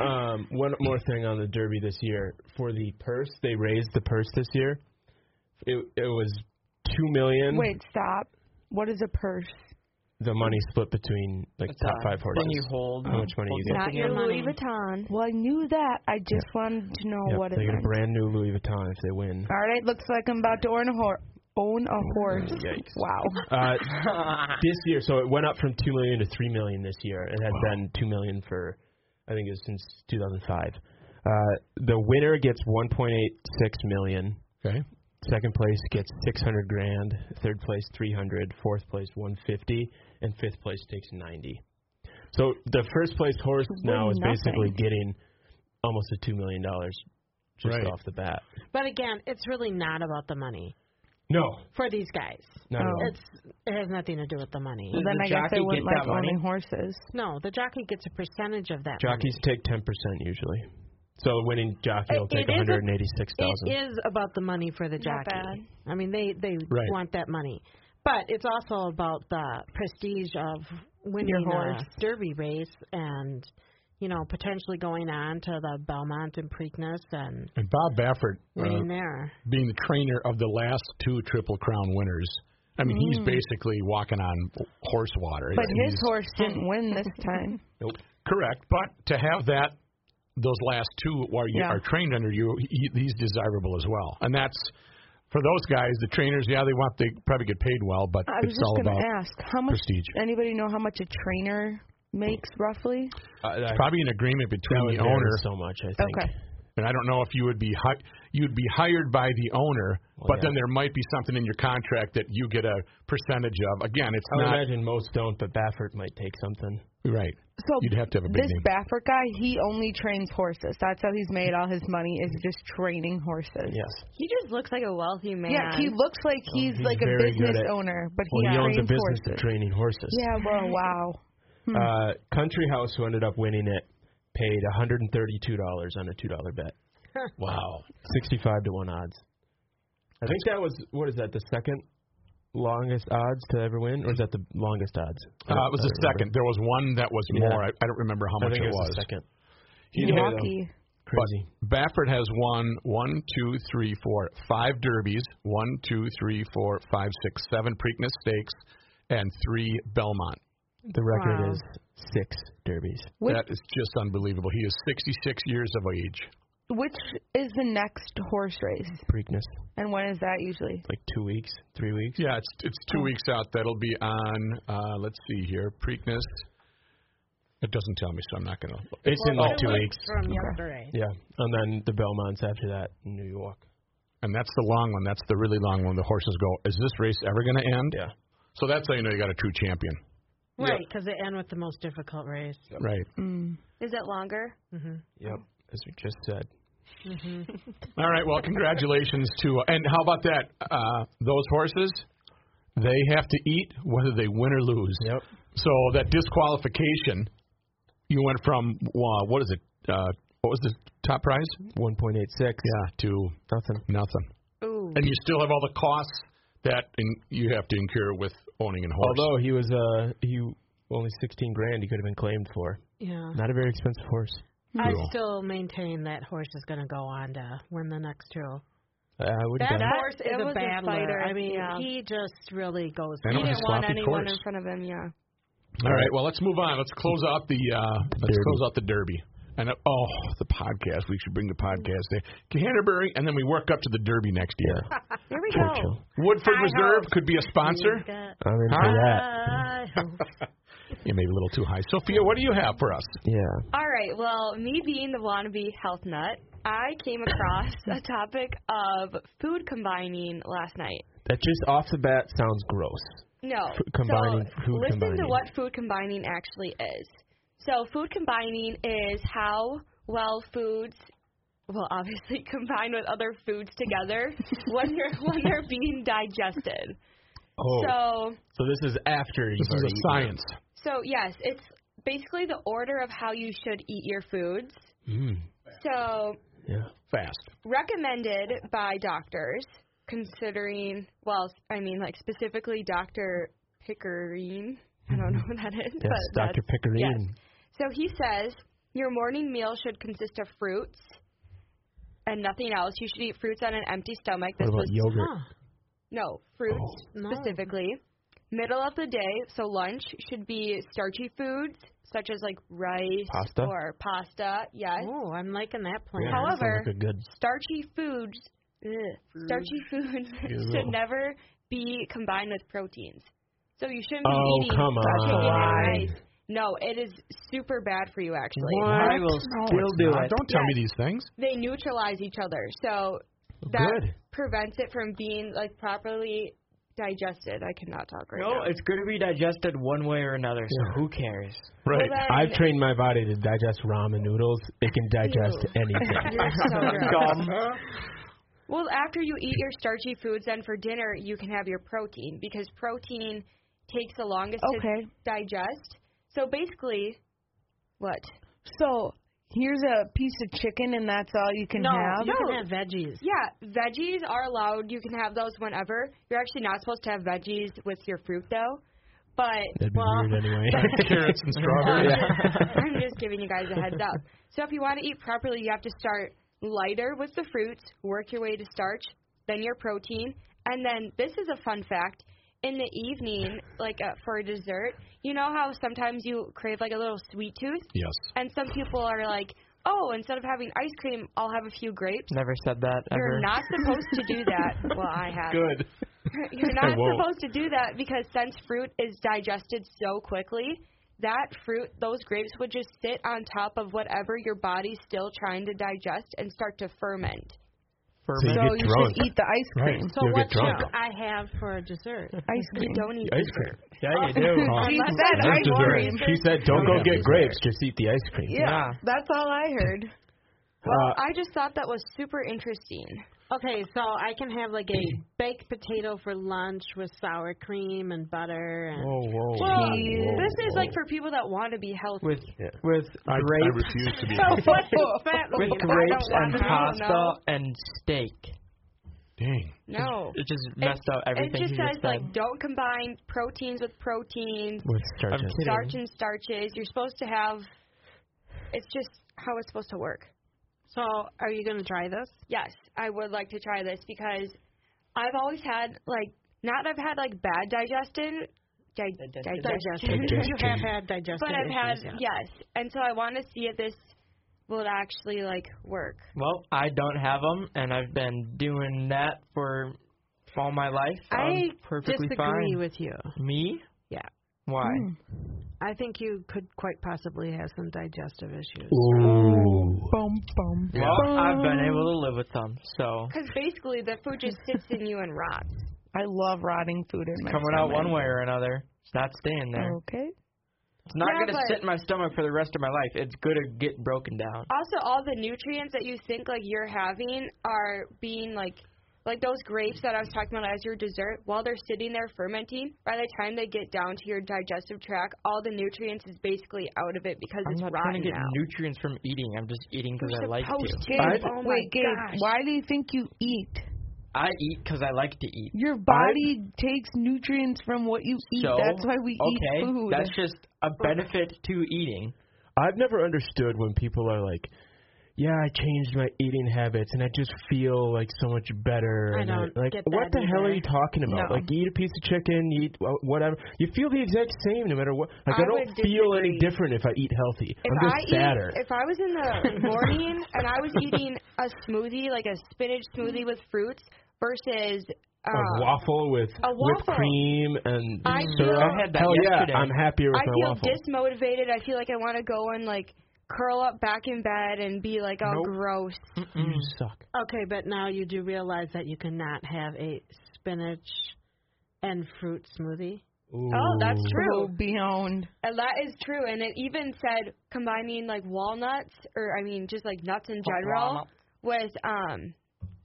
S2: Um, one more thing on the Derby this year. For the purse, they raised the purse this year. It it was two million.
S5: Wait, stop. What is a purse?
S2: the money split between like
S4: It's
S2: top
S4: a
S2: five horses.
S4: Thing you hold.
S2: How much money you get?
S4: Hold
S3: Not
S4: something
S3: your
S4: in.
S3: Louis Vuitton.
S5: Well, I knew that. I just wanted to know
S2: Yep,
S5: what it
S2: they get a
S5: meant.
S2: brand new Louis Vuitton if they win.
S5: All right, looks like I'm about to own a, hor- own a horse.
S2: Yikes.
S5: Wow.
S2: Uh, this year, so it went up from two million to three million this year. It had been two million for, I think it was since 2005. Uh, the winner gets 1.86 million.
S1: Okay.
S2: Second place gets 600 grand. Third place 300. Fourth place 150, and fifth place takes 90. So the first place horse now is
S5: nothing.
S2: basically getting almost a two million dollars just
S1: Right.
S2: off the bat.
S6: But again, it's really not about the money
S2: No,
S6: for these guys.
S2: not at all.
S6: It's it has nothing to do with the money.
S4: Does
S5: then
S4: the
S5: I guess I
S4: jockey
S5: wouldn't
S4: get
S5: like
S4: that money?
S5: owning horses.
S6: No, the jockey gets a percentage of that.
S2: Jockeys take ten percent usually. So the winning jockey will
S6: It-
S2: take
S6: it is a-
S2: one hundred and eighty-six
S6: Money.
S2: thousand.
S6: It is about the money for the
S5: Not
S6: jockey. I mean, they they
S1: Right.
S6: want that money, but it's also about the prestige of winning
S5: Your horse.
S6: a derby race and you know potentially going on to the Belmont and Preakness and
S1: And Bob Baffert, uh,
S6: winning there.
S1: being the trainer of the last two Triple Crown winners, I mean, he's basically walking on horse water.
S5: Mm. But
S1: He's-
S5: his horse didn't win this time.
S1: Correct. But to have that, those last two while you
S5: Yeah.
S1: are trained under you, he, he's desirable as well. And that's for those guys, the trainers. Yeah, they want they probably get paid well, but
S5: I was
S1: it's
S5: just
S1: all
S5: going
S1: about
S5: to ask, how much?
S1: prestige.
S5: Anybody know how much a trainer makes roughly?
S1: it's probably an agreement between
S2: Probably
S1: the owner.
S2: so much. I think.
S5: Okay.
S1: And I don't know if you would be hi- you'd be hired by the owner, but
S2: yeah.
S1: then there might be something in your contract that you get a percentage of. Again, it's
S2: I would
S1: not
S2: imagine most don't, but Baffert might take something.
S1: right.
S5: So
S1: You'd have to have a big
S5: this
S1: name.
S5: Baffert guy, he only trains horses. That's how he's made all his money is just training horses.
S2: Yes.
S3: He just looks like a wealthy man.
S5: Yeah, he looks like he's,
S2: he's
S5: like a
S2: very good
S5: business
S2: at-
S5: owner, but
S2: Well, he owns
S5: trains
S2: a business
S5: horses.
S2: of training horses.
S5: Yeah, well, wow.
S6: Hmm.
S2: Uh, Country House, who ended up winning it, paid one hundred and thirty-two dollars on a two-dollar bet.
S1: Wow.
S2: Sixty-five to one odds. I think that was what is that the second longest odds to ever win, or is that the longest odds?
S1: Uh, it was the second. There was one that was
S2: Yeah.
S1: more. I, I don't remember how
S2: I
S1: much
S2: think
S1: it was.
S2: the second. Either way, though,
S5: Milwaukee.
S2: Crazy.
S1: But Baffert has won one, two, three, four, five derbies, one, two, three, four, five, six, seven Preakness Stakes, and three Belmont.
S2: The record
S6: Wow.
S2: is six derbies.
S5: Which
S1: that is just unbelievable. He is 66 years of age.
S5: which is the next horse race,
S2: Preakness,
S5: and when is that usually?
S2: like two weeks, three weeks.
S1: Yeah, it's it's
S2: Oh.
S1: two weeks out. That'll be on. Uh, let's see here, Preakness. It doesn't tell me, so I'm not gonna.
S2: It's in like two
S6: Two
S2: weeks.
S6: from yesterday.
S2: Yeah, and then the Belmonts after that in New York.
S1: And that's the long one. That's the really long one. The horses go. Is this race ever gonna end?
S2: Yeah.
S1: So that's how you know you got a true champion.
S6: Right, because they end with the most difficult race.
S1: Right.
S3: Is it longer?
S2: Yep, as we just said.
S1: All right. Well, congratulations to. And how about Uh, that? Uh, those horses, they have to eat whether they win or lose.
S2: Yep.
S1: So that disqualification, you went from uh, what is it? Uh, what was the top prize?
S2: 1.86.
S1: Yeah, to
S2: Nothing.
S1: nothing.
S3: Ooh.
S1: And you still have all the costs that in, you have to incur with owning a horse.
S2: Although he was uh he only 16 grand he could have been claimed for.
S6: Yeah.
S2: Not a very expensive horse.
S6: I
S1: Cool.
S6: still maintain that horse is going to go on to win the next two.
S2: I Uh, I wouldn't.
S6: That
S2: doubt it.
S6: horse
S3: it
S6: is a
S3: was a
S6: battler.
S3: fighter,
S6: I mean,
S3: yeah.
S6: he just really goes.
S1: And
S3: He
S1: it was a
S3: didn't want
S1: sloppy
S3: anyone in
S1: course.
S3: front of him. Yeah.
S1: All right, well, let's move on. Let's close out the uh, let's
S2: Derby.
S1: close out the Derby. And uh, oh, the podcast. We should bring the podcast there. Canterbury, and then we work up to the Derby next year.
S3: There we go.
S2: Churchill.
S1: Woodford
S6: I
S1: Reserve
S6: hope.
S1: could be a sponsor.
S2: I'm in
S1: Huh?
S2: for that.
S6: I hope-
S1: You made it a little too high. Sophia, what do you have for us?
S2: Yeah.
S3: All right. Well, me being the wannabe health nut, I came across a topic of food combining last night.
S2: That just off the bat sounds gross.
S3: No.
S2: F- combining,
S3: so
S2: food
S3: listen to
S2: combining.
S3: what food combining actually is. So food combining is how well foods well obviously combine with other foods together when they're when they're being digested.
S2: Oh.
S3: So
S2: So this is after you.
S1: This is a science.
S3: so yes, it's basically the order of how you should eat your foods.
S2: Mm.
S3: So
S2: Yeah.
S1: Fast.
S3: recommended by doctors, considering, well, I mean, like specifically Dr. Pickering. I don't know who that is.
S2: Mm-hmm. Yes,
S3: but
S2: Dr.
S3: that's-
S2: Pickering.
S3: yes. So he says your morning meal should consist of fruits and nothing else. You should eat fruits on an empty stomach. This
S2: What about
S3: was
S2: yogurt?
S6: Huh.
S3: no, fruits
S2: Oh.
S6: No.
S3: specifically. Middle of the day, so lunch should be starchy foods such as like rice
S2: Pasta?
S3: or pasta. Yes.
S6: Oh, I'm liking that plan.
S3: How-
S2: Sounds
S3: However-
S2: like a good.
S3: starchy foods ugh, starchy foods should never be combined with proteins. So you shouldn't be
S2: Oh,
S3: eating
S2: come
S3: starchy
S2: on.
S3: foods and rice. No, it is super bad for you actually.
S4: I will
S1: No,
S4: still
S1: it's
S4: do
S1: not.
S4: it.
S1: Don't tell
S3: Yes.
S1: me these things.
S3: They neutralize each other. So that
S2: Good.
S3: prevents it from being like properly digested. I cannot talk right
S4: No,
S3: now.
S4: it's going to be digested one way or another, so who cares?
S1: Right.
S3: Well, then-
S2: I've trained my body to digest ramen noodles. It can digest anything.
S3: You're so gross.
S4: Gum.
S3: Well, after you eat your starchy foods, then for dinner you can have your protein because protein takes the longest
S5: Okay.
S3: to digest. So basically, what?
S5: So here's a piece of chicken, and that's all you can
S6: Oh, No,
S5: have.
S6: you can have veggies.
S3: Yeah, veggies are allowed. You can have those whenever. You're actually not supposed to have veggies with your fruit though. But
S2: That'd be
S6: Well-
S2: weird anyway.
S1: Carrots and strawberries.
S3: I'm just giving you guys a heads up. So if you want to eat properly, you have to start lighter with the fruits, work your way to starch, then your protein, and then this is a fun fact. In the evening, like uh, for dessert, you know how sometimes you crave like a little sweet tooth,
S1: Yes.
S3: and some people are like, "Oh, instead of having ice cream, I'll have a few grapes."
S4: Never said that
S3: You're
S4: ever.
S3: not supposed to do that. Well, I have.
S1: Good.
S3: You're
S1: I
S3: not
S1: won't.
S3: supposed to do that because since fruit is digested so quickly, that fruit, those grapes would just sit on top of whatever your body's still trying to digest and start to ferment.
S2: So you
S5: So
S2: get
S5: you
S2: drunk.
S5: should eat the ice
S2: Right.
S5: cream.
S6: So
S2: You'll
S6: what
S2: get drunk.
S6: should I have for dessert?
S5: Ice
S3: You
S5: cream.
S3: don't eat
S2: Ice cream.
S4: Yeah, you do.
S1: Oh,
S5: She
S3: Unless
S5: said
S3: it's
S5: ice
S1: dessert.
S5: cream.
S2: She said, "Don't go
S1: Don't
S2: get
S1: have
S2: grapes. Just eat the ice cream."
S5: Yeah,
S4: Yeah.
S5: that's all I heard.
S3: Well,
S2: Uh,
S3: I just thought that was super interesting.
S6: Okay, so I can have like a baked potato for lunch with sour cream and butter and
S2: Whoa, whoa.
S3: Well,
S2: whoa,
S3: this is
S2: whoa.
S3: like for people that want to be healthy.
S4: With
S2: Yeah.
S4: with
S1: I, I
S4: grapes,
S1: refuse to be.
S6: fat
S4: with
S6: leaves.
S4: grapes
S3: I don't
S4: and
S3: want- I don't
S4: pasta and steak.
S1: Dang.
S3: no.
S4: It just messed up everything
S3: It just
S4: you
S3: says
S4: just said.
S3: like don't combine proteins with proteins,
S2: with
S4: I'm
S2: starches.
S4: kidding.
S3: starch and starches. You're supposed to have. It's just how it's supposed to work.
S6: So are you gonna try this?
S3: yes, I would like to try this because I've always had like not that I've had like bad digestion, di- digestion,
S4: Digestion.
S6: Digestion. You have had digestion.
S3: but I've had
S6: issues, yeah.
S3: yes, and so I want to see if this will actually like work.
S4: Well, I don't have them, and I've been doing that for all my life.
S6: I
S4: I'm perfectly
S6: disagree
S4: fine.
S6: with you.
S4: Me?
S6: Yeah.
S4: Why?
S3: Hmm.
S6: I think you could quite possibly have some digestive issues.
S2: Ooh.
S5: Boom, boom.
S4: Well, I've
S3: Um,
S4: been able to live with them, so
S3: Because basically, the food just sits in you and rots.
S5: I love rotting food in my
S4: coming out
S5: stomach.
S4: one way or another. It's not staying
S3: Oh,
S4: there.
S5: Okay.
S4: It's not
S3: Yeah,
S4: gonna
S3: but-
S4: sit in my stomach for the rest of my life. It's gonna get broken down.
S3: Also, all the nutrients that you think like you're having are being like like those grapes that I was talking about as your dessert, while they're sitting there fermenting, by the time they get down to your digestive tract, all the nutrients is basically out of it because
S4: I'm
S3: it's
S4: not trying
S3: rotten
S4: to get
S3: now.
S4: nutrients from eating. I'm just eating because I like
S3: supposed
S4: to.
S5: Gabe,
S2: I-
S5: wait, Gabe, Oh why do you think you eat?
S4: I eat because I like to eat.
S5: Your body takes nutrients from what you eat.
S4: So,
S5: That's why we
S4: okay,
S5: eat food.
S4: That's just a benefit to eating.
S2: I've never understood when people are like, "Yeah, I changed my eating habits and I just feel like so much better."
S6: I
S2: and
S6: don't
S2: like,
S6: get
S2: what
S6: that
S2: the hell are
S6: either.
S2: you talking about?
S5: No.
S2: Like, you eat a piece of chicken, you eat wh- whatever. You feel the exact same no matter what. Like, I,
S3: I
S2: don't
S3: would
S2: feel any
S3: disagree.
S2: different if I eat healthy.
S3: If
S2: I'm
S3: I
S2: just fatter.
S3: eat, if I was in the morning and I was eating a smoothie, like a spinach smoothie with fruits, versus um,
S2: a waffle with
S3: a
S2: with
S3: waffle.
S2: cream and
S3: I
S2: syrup.
S3: feel- I
S4: had that
S2: Hell
S4: yesterday.
S2: yeah, I'm happier with
S3: I
S2: my
S3: feel
S2: waffle.
S3: dismotivated. I feel like I want to go and like curl up back in bed and be like all
S2: Nope.
S3: gross.
S2: you suck.
S6: Okay, but now you do realize that you cannot have a spinach and fruit smoothie.
S3: Oh, that's
S2: Ooh.
S3: true.
S5: Oh, beyond.
S3: And that is true. And it even said combining like walnuts or I mean just like nuts in general with um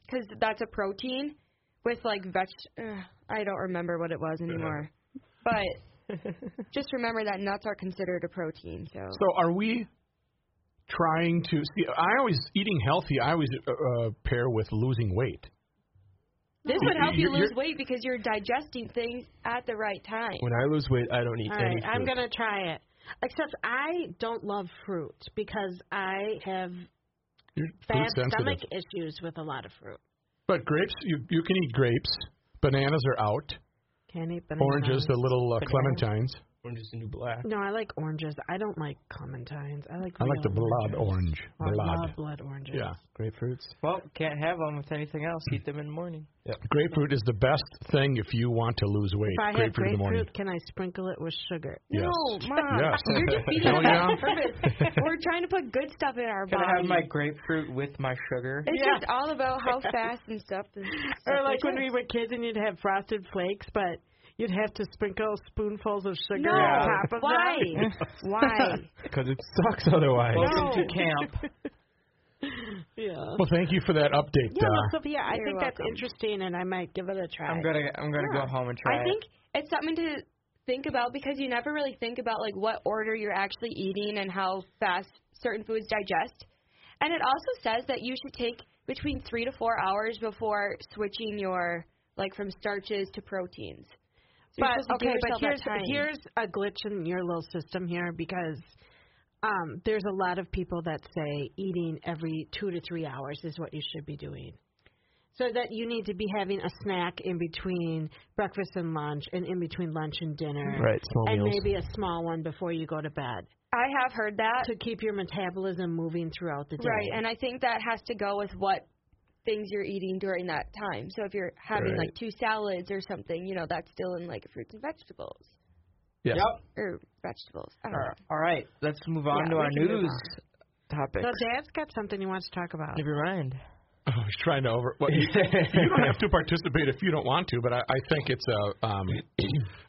S3: because that's a protein with like veg. Ugh, I don't remember what it was anymore, but just remember that nuts are considered a protein. So,
S1: So are we trying to see? I always eating healthy. I always uh, uh, pair with losing weight.
S3: this would help you
S1: You're-
S3: lose
S1: you're-
S3: weight because you're digesting things at the right time.
S2: When I lose weight, I don't eat
S6: All
S2: any
S6: right, I'm
S2: fruit.
S6: gonna try it. Except I don't love fruit because I have
S1: You're food
S6: bad
S1: sensitive.
S6: stomach issues with a lot of fruit.
S1: But grapes, you you can eat grapes. Bananas are out.
S6: Mm-hmm. Can't eat bananas.
S1: Oranges, the little uh, clementines.
S2: Orange is the new black.
S6: No, I like oranges. I don't like clementines. I like.
S1: I like
S6: real
S1: the blood
S6: oranges.
S1: orange.
S6: I
S1: Blood.
S6: love blood oranges.
S1: Yeah.
S2: Grapefruits.
S4: Well, can't have them with anything else. Eat them in the morning.
S1: Grapefruit is the best thing if you want to lose weight.
S6: If I have
S1: grapefruit in the morning.
S6: grapefruit, can I sprinkle it with sugar?
S1: Yes.
S3: No, mom,
S1: Yes.
S3: you're defeating
S1: Oh,
S3: the
S1: yeah?
S3: purpose. We're trying to put good stuff in our
S4: Can
S3: body.
S4: I have my grapefruit with my sugar?
S3: It's just all about how fast and stuff. This
S6: Or
S3: stuff
S6: like when
S3: is.
S6: we were kids and you'd have frosted flakes, but you'd have to sprinkle spoonfuls of sugar
S3: No.
S6: on top of
S3: Why?
S6: them.
S3: Why?
S2: Because it sucks otherwise.
S4: Welcome to camp.
S6: Yeah.
S1: Well, thank you for that update.
S6: Yeah, well,
S1: uh,
S6: Sophia, I
S3: You're
S6: think that's
S3: welcome.
S6: interesting, and I might give it a try.
S4: I'm gonna I'm gonna
S3: Yeah.
S4: go home and try.
S3: I
S4: it.
S3: think it's something to think about because you never really think about like what order you're actually eating and how fast certain foods digest. And it also says that you should take between three to four hours before switching your like from starches to proteins. So you're
S6: but
S3: supposed to give
S6: okay, but
S3: yourself that
S6: here's
S3: time.
S6: here's a glitch in your little system here because um, there's a lot of people that say eating every two to three hours is what you should be doing. So that you need to be having a snack in between breakfast and lunch, and in between lunch and dinner,
S2: Right, small
S6: and
S2: meals.
S6: maybe a small one before you go to bed
S3: I have heard that.
S6: to keep your metabolism moving throughout the day.
S3: Right, and I think that has to go with what things you're eating during that time. So if you're having
S2: Right.
S3: like two salads or something, you know, that's still in like fruits and vegetables
S1: yes.
S4: Yep.
S3: or vegetables. I don't
S4: All right. All right. Let's move on
S3: Yeah,
S4: to
S3: we
S4: our
S3: can move
S4: news topic.
S6: So Dad's got something he wants to talk about.
S4: Never mind.
S1: I was Oh, trying to over. Well, you, you don't have to participate if you don't want to, but I, I think it's a. Um,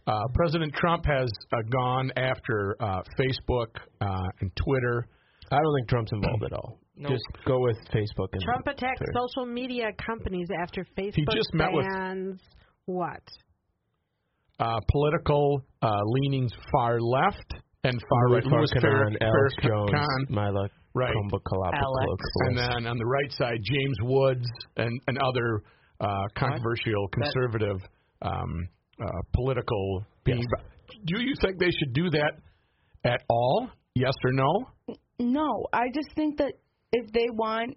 S1: uh, President Trump has uh, gone after uh, Facebook uh, and Twitter.
S2: I don't think Trump's involved at all.
S4: Nope.
S2: Just go with Facebook and
S6: Trump attacked
S2: Twitter.
S6: social media companies after Facebook
S1: just met with-
S6: bans what?
S1: Uh, political uh, leanings far left and far right.
S2: Farrakhan,
S1: Louis Farrak-
S2: Alex
S1: Farrakhan.
S2: Jones, Mila
S1: Right.
S2: Kumbhakalapakula.
S1: and then on the right side, James Woods and, and other uh, controversial conservative um, uh, political beings. Do you think they should do that at all? Yes or no?
S5: No, I just think that if they want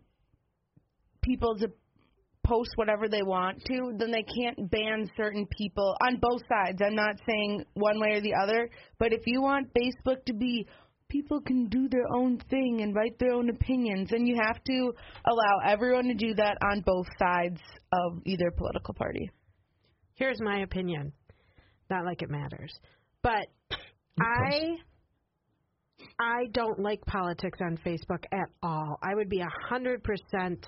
S5: people to post whatever they want to, then they can't ban certain people on both sides. I'm not saying one way or the other, but if you want Facebook to be people can do their own thing and write their own opinions, and you have to allow everyone to do that on both sides of either political party.
S6: Here's my opinion. Not like it matters. But I I don't like politics on Facebook at all. I would be a hundred percent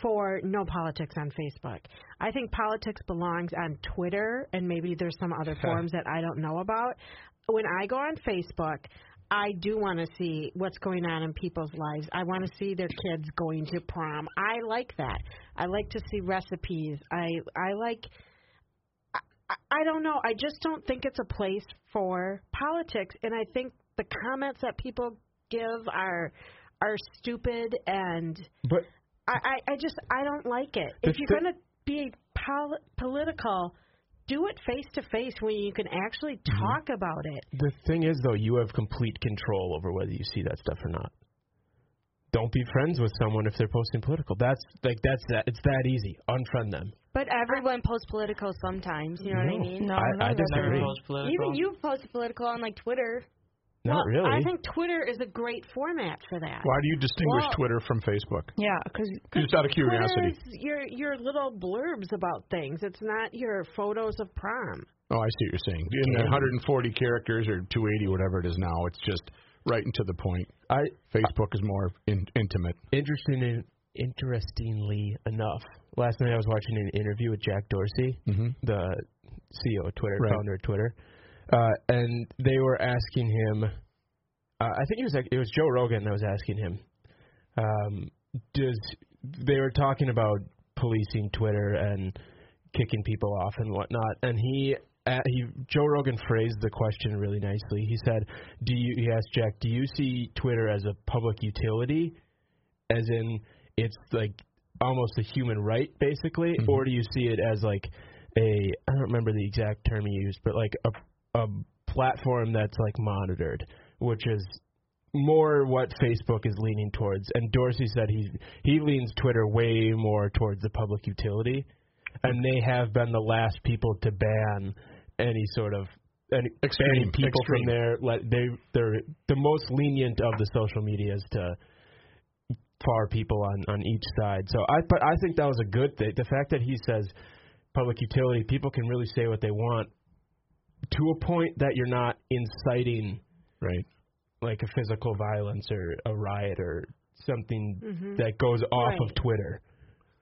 S6: for no politics on Facebook. I think politics belongs on Twitter and maybe there's some other forums that I don't know about. When I go on Facebook, I do want to see what's going on in people's lives. I want to see their kids going to prom. I like that. I like to see recipes. I I like I- I don't know. I just don't think it's a place for politics, and I think the comments that people give are are stupid, and
S2: But
S6: I I, I just I don't like it.
S2: The
S6: if you're
S2: thi-
S6: going to be pol- political, do it face to face when you can actually
S2: Mm-hmm.
S6: talk about it.
S2: the thing is, though, you have complete control over whether you see that stuff or not. Don't be friends with someone if they're posting political. That's like that's that. It's that easy. Unfriend them.
S3: But everyone posts political sometimes. You know what I mean?
S5: No,
S2: I- I
S5: no,
S2: disagree.
S4: Never
S2: Agree.
S4: post political.
S3: Even you post political on like Twitter.
S2: Not
S6: Well,
S2: really.
S6: I think Twitter is a great format for that.
S1: Why do you distinguish
S6: Well-
S1: Twitter from Facebook?
S5: Yeah, because
S1: Just out of curiosity.
S6: Twitter's your your little blurbs about things. It's not your photos of prom.
S1: Oh, I see what you're saying. In the 140 characters or 280, whatever it is now, it's just right and to the point.
S2: I
S1: Facebook is more in, intimate.
S2: interesting. Interestingly enough, last night I was watching an interview with Jack Dorsey, the CEO of Twitter,
S1: Right.
S2: founder of Twitter, uh, and they were asking him. Uh, I think it was like, it was Joe Rogan that was asking him. Um, does they were talking about policing Twitter and kicking people off and whatnot, and he. Uh, he Joe Rogan phrased the question really nicely. He said, "Do you?" He asked Jack, "Do you see Twitter as a public utility as in it's like almost a human right basically or do you see it as like a i don't remember the exact term he used but like a a platform that's like monitored which is more what facebook is leaning towards and dorsey said he he leans twitter way more towards the public utility
S1: Mm-hmm.
S2: and they have been the last people to ban any sort of any
S1: Extreme,
S2: banning people
S1: extreme.
S2: from their let they they're the most lenient of the social medias to far people on on each side. So I but I think that was a good thing. The fact that he says public utility, people can really say what they want to a point that you're not inciting
S1: Right.
S2: like a physical violence or a riot or something that goes off of
S6: Mm-hmm. Right.
S2: Twitter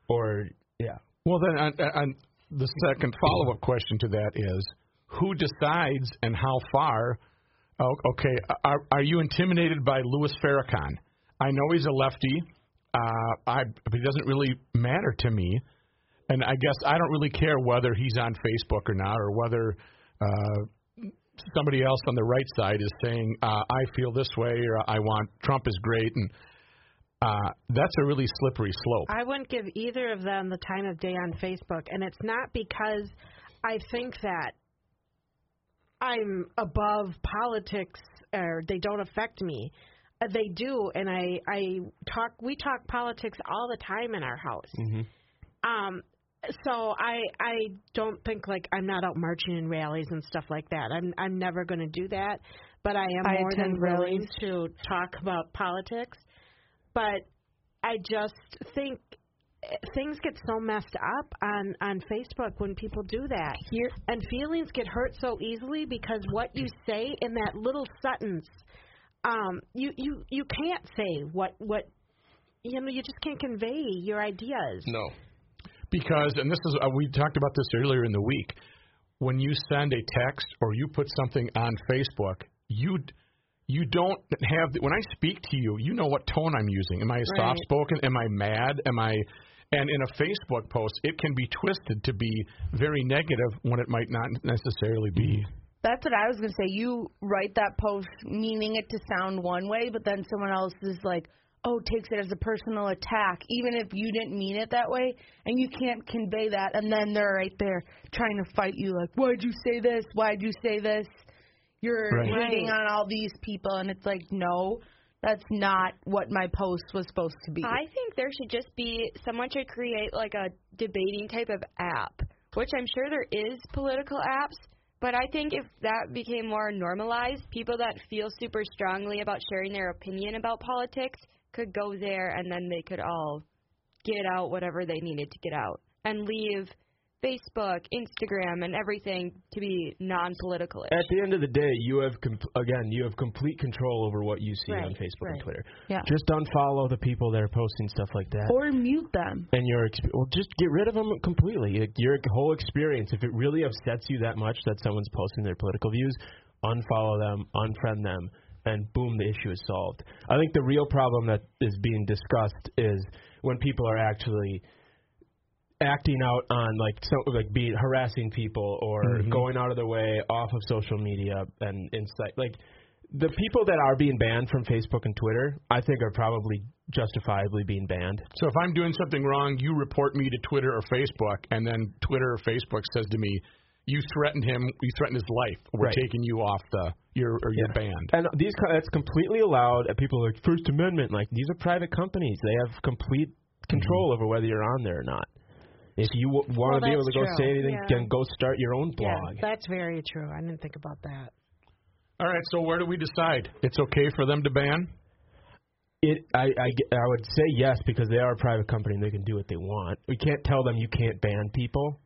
S2: or yeah.
S1: Well, then, on, on the second follow up question to that is who decides and how far? Oh, okay, are, are you intimidated by Louis Farrakhan? I know he's a lefty, uh, I, but it doesn't really matter to me. And I guess I don't really care whether he's on Facebook or not, or whether uh, somebody else on the right side is saying, uh, I feel this way, or I want Trump is great. And uh, that's a really slippery slope.
S6: I wouldn't give either of them the time of day on Facebook, and it's not because I think that I'm above politics or they don't affect me. Uh, They do, and I I talk. We talk politics all the time in our house. Um, so I I don't think like I'm not out marching in rallies and stuff like that. I'm I'm never going to do that, but I am
S5: I
S6: more than
S5: attend
S6: willing
S5: rallies.
S6: to talk about politics. But I just think eh, things get so messed up on on Facebook when people do that.
S5: Here-
S6: and feelings get hurt so easily because what you say in that little sentence, um, you you you can't say what what you know. You just can't convey your ideas.
S1: No. Because, and this is, uh, we talked about this earlier in the week. When you send a text or you put something on Facebook, you you don't have. The, when I speak to you, you know what tone I'm using. Am I soft spoken? Am I mad? Am I? And in a Facebook post, it can be twisted to be very negative when it might not necessarily be.
S5: That's what I was gonna say. You write that post meaning it to sound one way, but then someone else is like, "Oh, takes it as a personal attack," even if you didn't mean it that way, and you can't convey that. And then they're right there trying to fight you, like, "Why'd you say this? Why'd you say this?" You're
S1: Right.
S5: hating on all these people, and it's like, no, that's not what my post was supposed to be.
S3: I think there should just be someone should create like a debating type of app, which I'm sure there is political apps. But I think if that became more normalized, people that feel super strongly about sharing their opinion about politics could go there and then they could all get out whatever they needed to get out and leave Facebook, Instagram, and everything to be non political.
S2: At the end of the day, you have com- again you have complete control over what you see on
S6: Right,
S2: Facebook and
S6: right.
S2: Twitter.
S5: Yeah.
S2: Just unfollow the people that are posting stuff like that.
S5: or mute them.
S2: and your exp- well, just get rid of them completely. Like, Your whole experience, if it really upsets you that much that someone's posting their political views, unfollow them, unfriend them, and boom, the issue is solved. I think the real problem that is being discussed is when people are actually acting out on like so like being harassing people or going out of their way off of social media and insight like the people that are being banned from Facebook and Twitter, I think are probably justifiably being banned.
S1: So if I'm doing something wrong, you report me to Twitter or Facebook, and then Twitter or Facebook says to me, "You threatened him. You threatened his life. We're
S2: Right.
S1: taking you off the. You're or you're banned."
S2: And these co- that's completely allowed. And people are like First Amendment, like these are private companies. They have complete
S6: Mm-hmm.
S2: control over whether you're on there or not. If you w- want to be able to
S6: that's
S2: go
S6: true.
S2: say anything,
S6: Yeah.
S2: then go start your own
S6: Yeah,
S2: blog.
S6: that's very true. I didn't think about that.
S1: All right. So where do we decide? It's okay for them to ban.
S2: It, I, I, ge- I would say yes because they are a private company and they can do what they want. We can't tell them you can't ban people.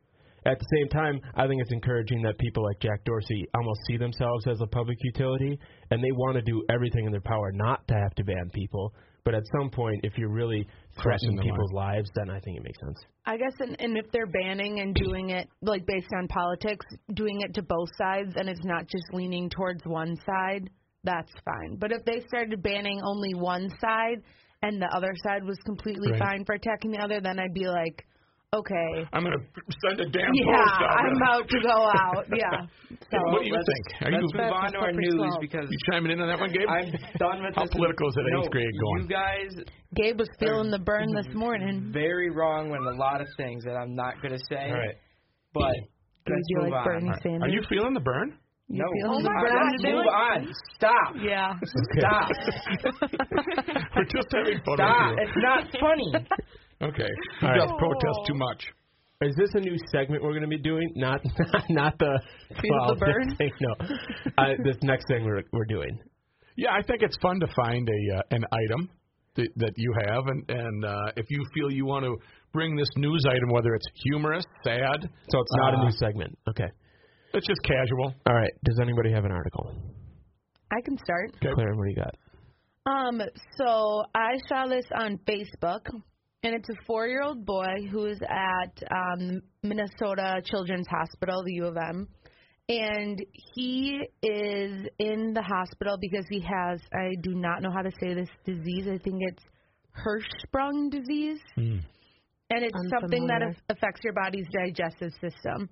S2: At the same time, I think it's encouraging that people like Jack Dorsey almost see themselves as a public utility and they want to do everything in their power not to have to ban people. But at some point, if you're really
S1: Crossing
S2: threatening
S1: the
S2: people's lives, then I think it makes sense.
S5: I guess, and, and if they're banning and doing it like based on politics, doing it to both sides, and it's not just leaning towards one side, that's fine. But if they started banning only one side and the other side was completely
S1: Right.
S5: fine for attacking the other, then I'd be like, okay,
S1: I'm gonna send a damn
S5: yeah,
S1: post out.
S5: I'm about to go out. Yeah. So
S1: what do you
S4: let's-
S1: think? Are
S4: let's
S1: you,
S4: move on to our
S5: slippery
S4: news
S5: slope.
S4: because
S1: you chiming in on that one, Gabe?
S4: I'm done with
S1: How
S4: this.
S1: political is that
S4: no,
S1: eighth grade going?
S4: You guys
S5: Gabe was feeling the burn this morning.
S4: very wrong when a lot of things that I'm not going to say.
S2: All right.
S4: But let's
S5: you
S4: move
S5: like
S4: on.
S5: Bernie
S1: Are
S5: Sanders?
S1: you Oh feeling the burn?
S4: No,
S5: feeling the
S4: I'm
S5: burn
S4: not-
S5: today?
S4: move on. Stop.
S5: yeah.
S4: Stop.
S1: We're just having fun
S4: Stop.
S1: with you.
S4: It's not funny.
S1: Okay. You
S2: right.
S1: just protest too much.
S2: Is this a new segment we're going to be doing? Not, not the well,
S5: the burn?
S2: This thing, no, I, this next thing we're we're doing.
S1: Yeah, I think it's fun to find a uh, an item that, that you have, and and uh, if you feel you want to bring this news item, whether it's humorous, sad,
S2: So Oh, it's not
S1: Uh,
S2: a new segment. Okay.
S1: it's just casual.
S2: All right. Does anybody have an article?
S5: I can start.
S1: Okay.
S2: Claire, what do you got?
S5: Um, so I saw this on Facebook, and it's a four-year-old boy who is at um, Minnesota Children's Hospital, the U of M, and he is in the hospital because he has I do not know how to say this disease. I think it's Hirschsprung disease, and it's something that
S6: Unfamiliar.
S5: af- affects your body's digestive system.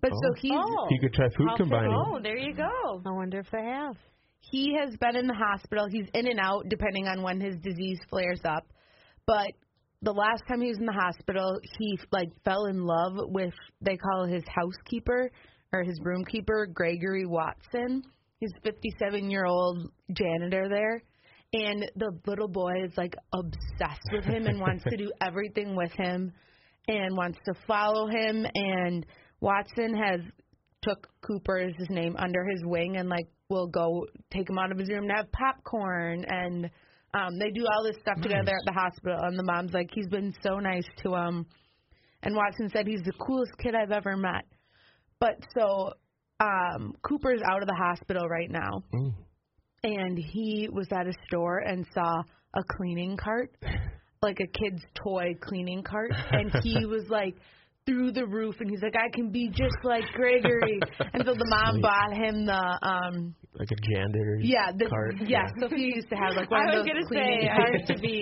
S5: But so he's
S6: Oh.
S2: You could try food
S6: I'll
S2: combining.
S6: follow.
S5: oh, there you go
S6: I wonder if they have.
S5: he has been in the hospital. He's in and out depending on when his disease flares up. But the last time he was in the hospital, he like fell in love with they call his housekeeper or his roomkeeper Gregory Watson. He's a 57 year old janitor there, and the little boy is like obsessed with him and wants to do everything with him, and wants to follow him. And Watson has took Cooper is his name under his wing and like will go take him out of his room and have popcorn and um they do all this stuff together at the hospital and the mom's like he's been so nice to him and Watson said he's the coolest kid I've ever met. But so um Cooper's out of the hospital right now.
S2: Mm.
S5: And he was at a store and saw a cleaning cart, like a kid's toy cleaning cart, and he was like through the roof and he's like I can be just like Gregory. and so the mom bought him the um
S2: Like a janitor.
S5: yeah, the
S2: cart.
S5: yeah, Sophia used to have like one
S3: I was
S5: of
S3: gonna
S5: those cleaning
S3: say
S5: carts.
S3: ours to be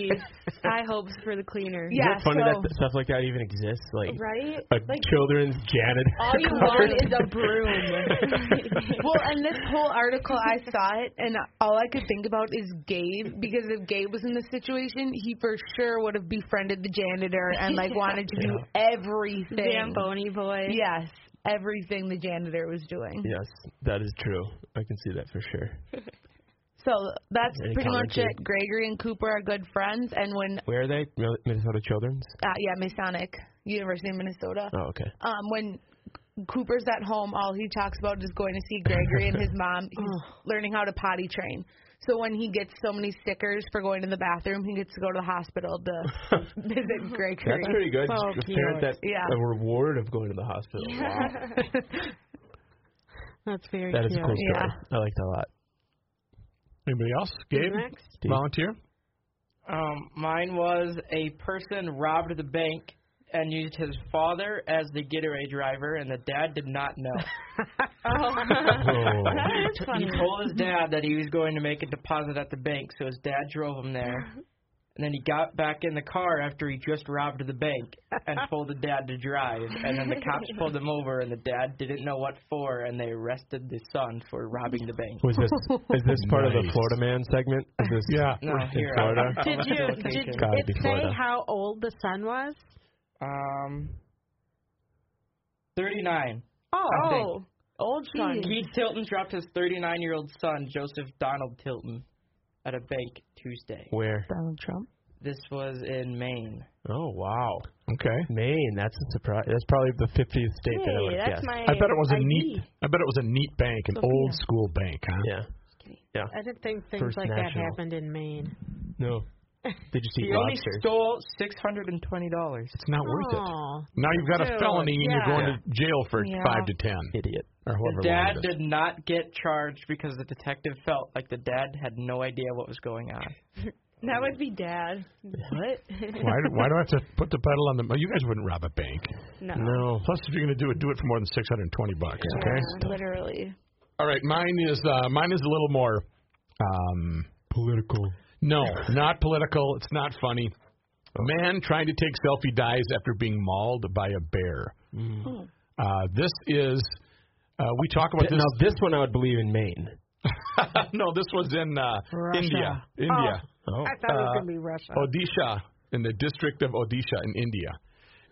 S3: high hopes for the cleaner.
S5: Yeah,
S2: Isn't it funny
S5: so-
S2: that th- stuff like that even exists? Like
S3: Right?
S2: a children's janitor.
S5: all you
S2: cart.
S5: want is a broom. well, and this whole article, I saw it, and all I could think about is Gabe because if Gabe was in this situation, he for sure would have befriended the janitor and like wanted to do everything.
S3: Zamboni boy.
S5: Yes, everything the janitor was doing.
S2: Yes, that is true. I can see that for sure.
S5: So that's
S2: Very
S5: pretty much
S2: talented.
S5: it. Gregory and Cooper are good friends, and when
S2: Where are they? Mil- Minnesota Children's.
S5: uh, yeah, Masonic University of Minnesota.
S2: Oh, okay.
S5: um, when Cooper's at home, all he talks about is going to see Gregory and his mom. He's
S2: Oh.
S5: learning how to potty train. So when he gets so many stickers for going to the bathroom, he gets to go to the hospital to visit Gregory.
S2: That's pretty good.
S6: So
S2: Just parent
S6: cute.
S2: that
S5: Yeah.
S2: a reward of going to the hospital. Wow.
S6: That's very
S2: That is a
S6: cute.
S2: cool story. I
S5: Yeah.
S2: like that a lot.
S1: Anybody else? Gabe,
S6: Next.
S1: volunteer.
S4: Um, mine was a person robbed the bank and used his father as the getaway driver, and the dad did not know.
S3: Oh. that is funny.
S4: He told his dad that he was going to make a deposit at the bank, so his dad drove him there. And then he got back in the car after he just robbed the bank and told the dad to drive. And then the cops pulled him over, and the dad didn't know what for, and they arrested the son for robbing the bank.
S2: Was this is this part of the
S1: Nice.
S2: Florida Man segment? Is this
S1: Yeah.
S4: No, here.
S2: Florida?
S4: I'll- I'll
S6: Did
S4: put the
S6: you
S4: location.
S6: did
S2: Gotta be
S6: it say
S2: Florida.
S6: how old the son was?
S4: Um, 39. I think.
S3: Oh, old son.
S4: Keith Tilton dropped his 39 year old son, Joseph Donald Tilton, at a bank Tuesday.
S2: where?
S5: Donald Trump.
S4: This was in Maine.
S2: Oh wow,
S1: Okay.
S2: Maine. That's a surprise. That's probably the 50th state that I would
S3: Hey,
S2: have
S3: that's
S2: guessed.
S3: my.
S1: I bet it was a
S3: ID.
S1: neat. I bet it was a neat bank, an old school bank, huh?
S2: yeah.
S6: I didn't think things
S2: First
S6: like that
S2: National.
S6: happened in Maine.
S2: No. Did you see
S4: He only
S2: lobster?
S4: stole $620.
S1: It's not worth it.
S6: Aw.
S1: Now you've got a
S6: Dude,
S1: felony and you're
S6: Oh, yeah.
S1: going to jail for
S5: Yeah.
S1: five to ten
S2: Idiot.
S1: or however
S4: The dad
S1: long. it is.
S4: did not get charged because the detective felt like the dad had no idea what was going on.
S3: That would be dad. What?
S1: Why do, why do I have to put the pedal on the? oh, You guys wouldn't rob a bank.
S3: no.
S2: No.
S1: Plus, if you're going to do it, do it for more than six hundred and twenty bucks. Okay.
S5: Literally.
S1: All right, mine is uh, mine is a little more um, political. No, not political. It's not funny. A man trying to take selfie dies after being mauled by a bear. Uh, this is uh, we talk about this.
S2: Now this one I would believe in Maine.
S1: no, this was in uh, India. India. Uh,
S2: Oh.
S6: I thought it was gonna be Russia.
S1: Odisha, in the district of Odisha in India.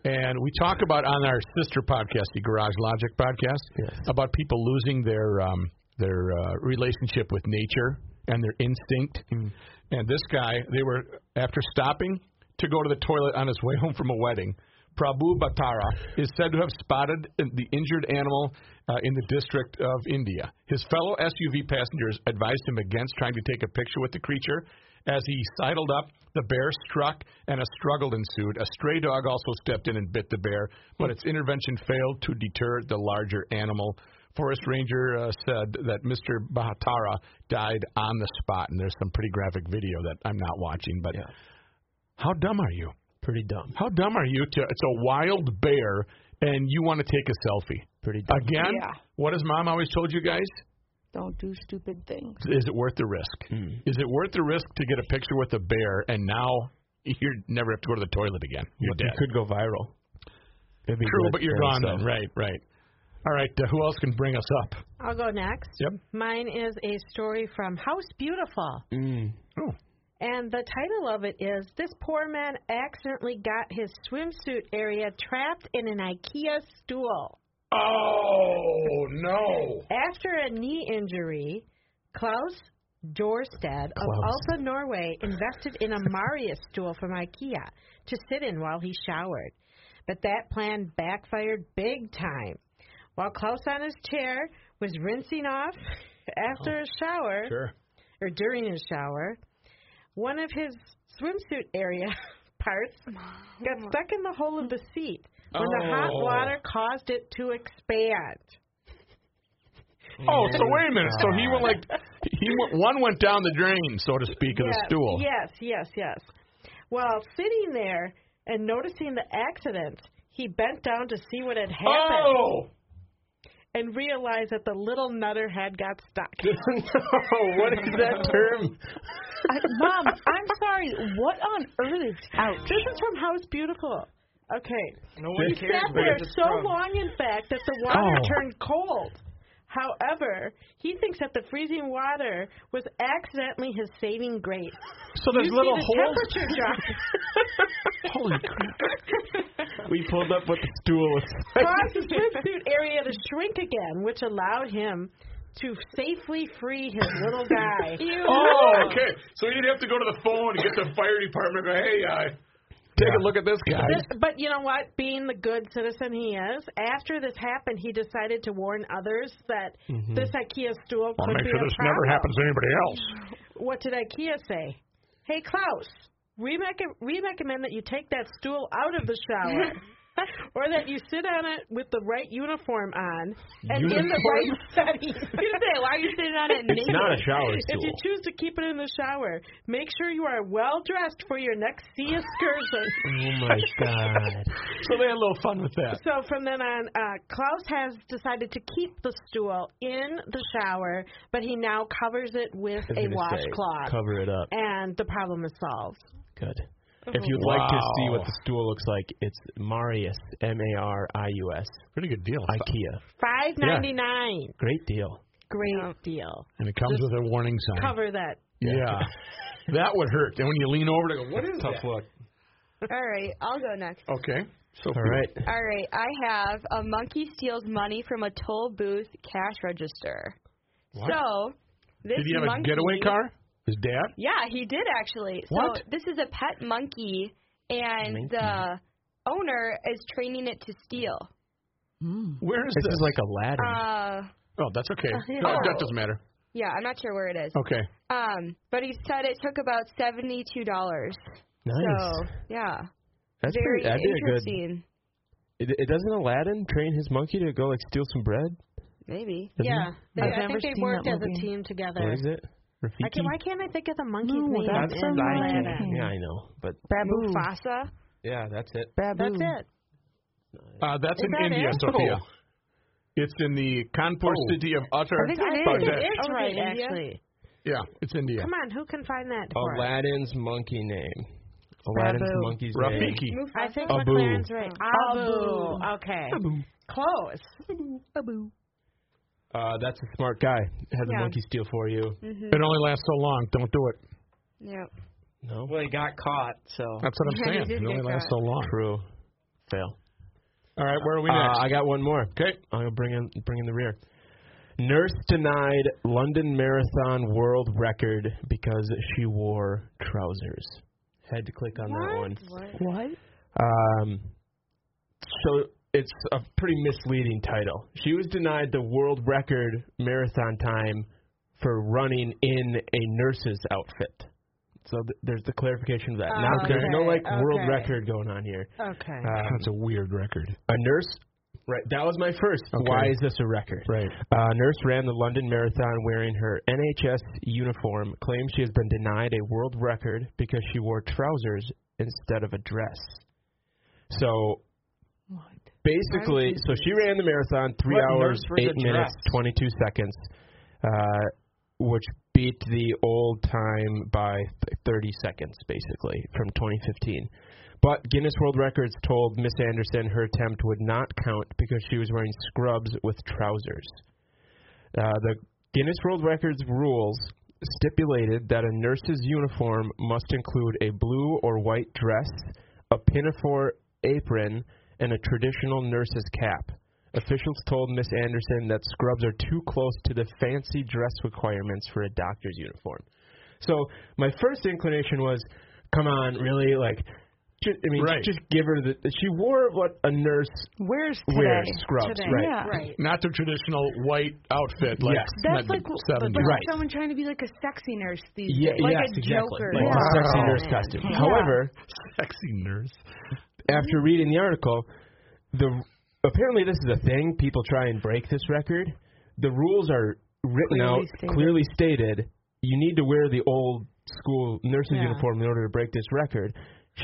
S1: And we talk about on our sister podcast, the Garage Logic podcast,
S2: Yes.
S1: about people losing their um, their uh, relationship with nature and their instinct.
S6: Mm.
S1: And this guy, they were after stopping to go to the toilet on his way home from a wedding. Prabhu Bhattara is said to have spotted the injured animal uh, in the district of India. His fellow SUV passengers advised him against trying to take a picture with the creature. As he sidled up, the bear struck and a struggle ensued. A stray dog also stepped in and bit the bear, but its intervention failed to deter the larger animal. Forest Ranger uh, said that Mr. Bahatara died on the spot, and there's some pretty graphic video that I'm not watching. But how dumb are you?
S2: Pretty dumb.
S1: How dumb are you? To it's a wild bear, and you want to take a selfie
S2: Pretty dumb.
S1: again?
S5: Yeah.
S1: What has mom always told you guys?
S5: Don't do stupid things.
S1: Is it worth the risk?
S2: Hmm.
S1: Is it worth the risk to get a picture with a bear, and now you never have to go to the toilet again? You're
S2: But it
S1: dead.
S2: could go viral. It'd be
S1: True,
S2: good
S1: but you're
S2: for
S1: gone.
S2: itself.
S1: Then. Right, right. All right. Uh, who else can bring us up?
S6: I'll go next.
S1: Yep.
S6: Mine is a story from House Beautiful.
S2: Mm.
S1: Oh.
S6: And the title of it is This Poor Man Accidentally Got His Swimsuit Area Trapped in an IKEA Stool.
S1: Oh no!
S6: After a knee injury, Klaus Dorstad of Alta, Norway, invested in a Maria stool from IKEA to sit in while he showered. But that plan backfired big time. While Klaus on his chair was rinsing off after a shower,
S1: Oh, Sure.
S6: or during his shower, one of his swimsuit area parts got stuck in the hole of the seat when the hot
S1: Oh.
S6: water caused it to expand.
S1: Oh, so wait a minute. So he went like he went, one went down the drain, so to speak, of the
S6: Yes,
S1: stool.
S6: Yes, yes, yes. While sitting there and noticing the accident, he bent down to see what had happened
S1: Oh!
S6: and realized that the little nutter had got stuck.
S2: no, what is that term?
S5: I, Mom, I'm sorry. What on earth is out?
S6: This is from House Beautiful. Okay.
S4: No one
S6: He sat there so long, in fact, that the water
S1: Oh.
S6: turned cold. However, he thinks that the freezing water was accidentally his saving grace.
S1: So there's
S6: you
S1: little
S6: see the
S1: holes.
S6: temperature drop
S1: Holy crap!
S2: We pulled up what the stool was.
S6: caused the swimsuit area to shrink again, which allowed him to safely free his little guy.
S1: Oh, okay. So he'd have to go to the phone and get the fire department. And go, hey, uh, take a look at this guy.
S6: But- But you know what? Being the good citizen he is, after this happened, he decided to warn others that
S1: Mm-hmm.
S6: this IKEA stool could be a problem.
S1: to anybody else.
S6: what did IKEA say? Hey, Klaus, we, mec- we recommend that you take that stool out of the shower or that you sit on it with the right uniform on and in the
S1: Uniform?
S6: right setting.
S3: You say, why are you sitting on it naked?
S2: It's not a shower
S6: If you
S2: stool.
S6: choose to keep it in the shower, make sure you are well dressed for your next sea
S2: Oh
S6: excursion.
S2: my god.
S1: So they had a little fun with that.
S6: So from then on, uh, Klaus has decided to keep the stool in the shower, but he now covers it with
S2: I was gonna
S6: a
S2: say,
S6: washcloth,
S2: Cover it up.
S6: and the problem is solved.
S2: Good. If you'd like to see what
S1: Wow.
S2: the stool looks like, it's Marius, M A R I U S,
S1: Pretty good deal.
S2: IKEA.
S6: Five ninety nine,
S2: Great deal.
S6: great deal.
S1: And it comes with a warning sign.
S6: Cover that.
S1: Yeah. that would hurt. And when you lean over to go, what is
S2: Tough
S1: that?
S2: look.
S3: All right, I'll go next.
S1: Okay. So
S2: All right.
S3: All right, I have a monkey steals money from a toll booth cash register.
S1: What?
S3: So this
S1: Did he have
S3: monkey,
S1: a getaway car? His dad?
S3: Yeah, he did actually. So
S1: What?
S3: this is a pet monkey, and the owner is training it to steal.
S1: Where is
S2: This
S1: this?
S2: is like Aladdin.
S3: Uh,
S1: oh, that's okay. No,
S3: Oh.
S1: That doesn't matter.
S3: yeah, I'm not sure where it is.
S1: Okay.
S3: Um, but he said it took about seventy-two dollars.
S2: nice.
S3: So yeah,
S2: That's
S3: very
S2: pretty. That'd be a good.
S3: interesting.
S2: It, it doesn't Aladdin train his monkey to go like steal some bread?
S3: Maybe.
S2: Doesn't
S3: Yeah, they,
S6: I've
S3: I
S6: never
S3: think they
S6: seen
S3: worked
S6: that
S3: as a
S6: movie.
S3: team.
S6: team together.
S2: What is it?
S6: I
S2: Rafiki.
S6: can, why can't I think of the monkey's name?
S5: that's
S6: in
S5: from
S6: Aladdin.
S5: Aladdin.
S2: yeah, I know. But
S5: Babu.
S3: Mufasa.
S2: yeah, that's it.
S5: Babu.
S6: That's it.
S1: Uh, that's
S6: Is
S1: in
S6: that
S1: India,
S6: it?
S1: Sophia. It's in the Kanpur
S2: Oh.
S1: city of Uttar
S5: I think
S6: I
S5: it
S6: think
S5: is.
S1: Pradesh.
S6: it is
S3: Oh,
S6: right,
S3: in India?
S6: actually.
S1: Yeah, it's India.
S6: Come on, who can find that? for us?
S2: Aladdin's monkey name. Aladdin's
S5: Babu.
S2: monkey's name.
S1: Rafiki.
S3: Mufasa.
S6: I think
S2: Abu.
S6: McLaren's right.
S2: Oh,
S6: Abu. Okay.
S2: Abu.
S6: Close.
S2: Uh, that's a smart guy. Had the
S3: Yeah.
S2: monkey steal for you.
S1: It only lasts so long. Don't do it.
S3: Yeah.
S2: No.
S4: Well, he got caught,
S2: Oh.
S4: so.
S1: That's what I'm
S3: Yeah, you
S1: saying.
S3: did
S1: It only
S3: get
S1: lasts so
S3: that.
S1: long.
S2: True. Fail.
S1: All right, where are we
S2: Uh,
S1: next?
S2: I got one more.
S1: okay.
S2: I'm gonna bring in bring in the rear. Nurse denied London Marathon world record because she wore trousers. Had to click on that one.
S5: What?
S2: Um, so it's a pretty misleading title. She was denied the world record marathon time for running in a nurse's outfit. So th- there's the clarification of that. Now there's no
S6: Oh, Okay,
S2: like world
S6: okay.
S2: record going on here.
S6: Okay.
S2: Um,
S1: That's a weird record.
S2: a nurse. Right, that was my first.
S1: Okay.
S2: Why is this a record?
S1: Right.
S2: Uh, nurse ran the London Marathon wearing her NHS uniform. Claims she has been denied a world record because she wore trousers instead of a dress. So basically, so she ran the marathon three
S4: What
S2: hours
S4: nurse wears
S2: eight
S4: a
S2: minutes
S4: dress?
S2: twenty two seconds, uh, which beat the old time by th- thirty seconds, basically from twenty fifteen. But Guinness World Records told Miss Anderson her attempt would not count because she was wearing scrubs with trousers. Uh, the Guinness World Records rules stipulated that a nurse's uniform must include a blue or white dress, a pinafore apron, and a traditional nurse's cap. Officials told Miss Anderson that scrubs are too close to the fancy dress requirements for a doctor's uniform. So my first inclination was, come on, really? Like, ju- I mean,
S1: Right.
S2: just give her the. She wore what a nurse
S5: Where's today?
S2: wears, scrubs,
S6: Today.
S2: right?
S5: Yeah.
S6: Right.
S1: Not the traditional white outfit like
S2: Yes.
S5: That's
S1: the
S5: like, like
S1: 70s.
S2: Right.
S5: someone trying to be like a sexy nurse these
S2: Yeah,
S5: days. Like
S2: yes,
S5: a
S2: exactly.
S5: joker.
S2: Like
S5: yeah.
S2: a sexy
S1: Wow.
S2: nurse costume. However,
S1: Sexy nurse.
S2: after reading the article, the apparently this is a thing. People try and break this record. The rules are written
S5: Clearly
S2: out,
S5: stated.
S2: clearly stated. You need to wear the old school nurse's
S6: Yeah.
S2: uniform in order to break this record.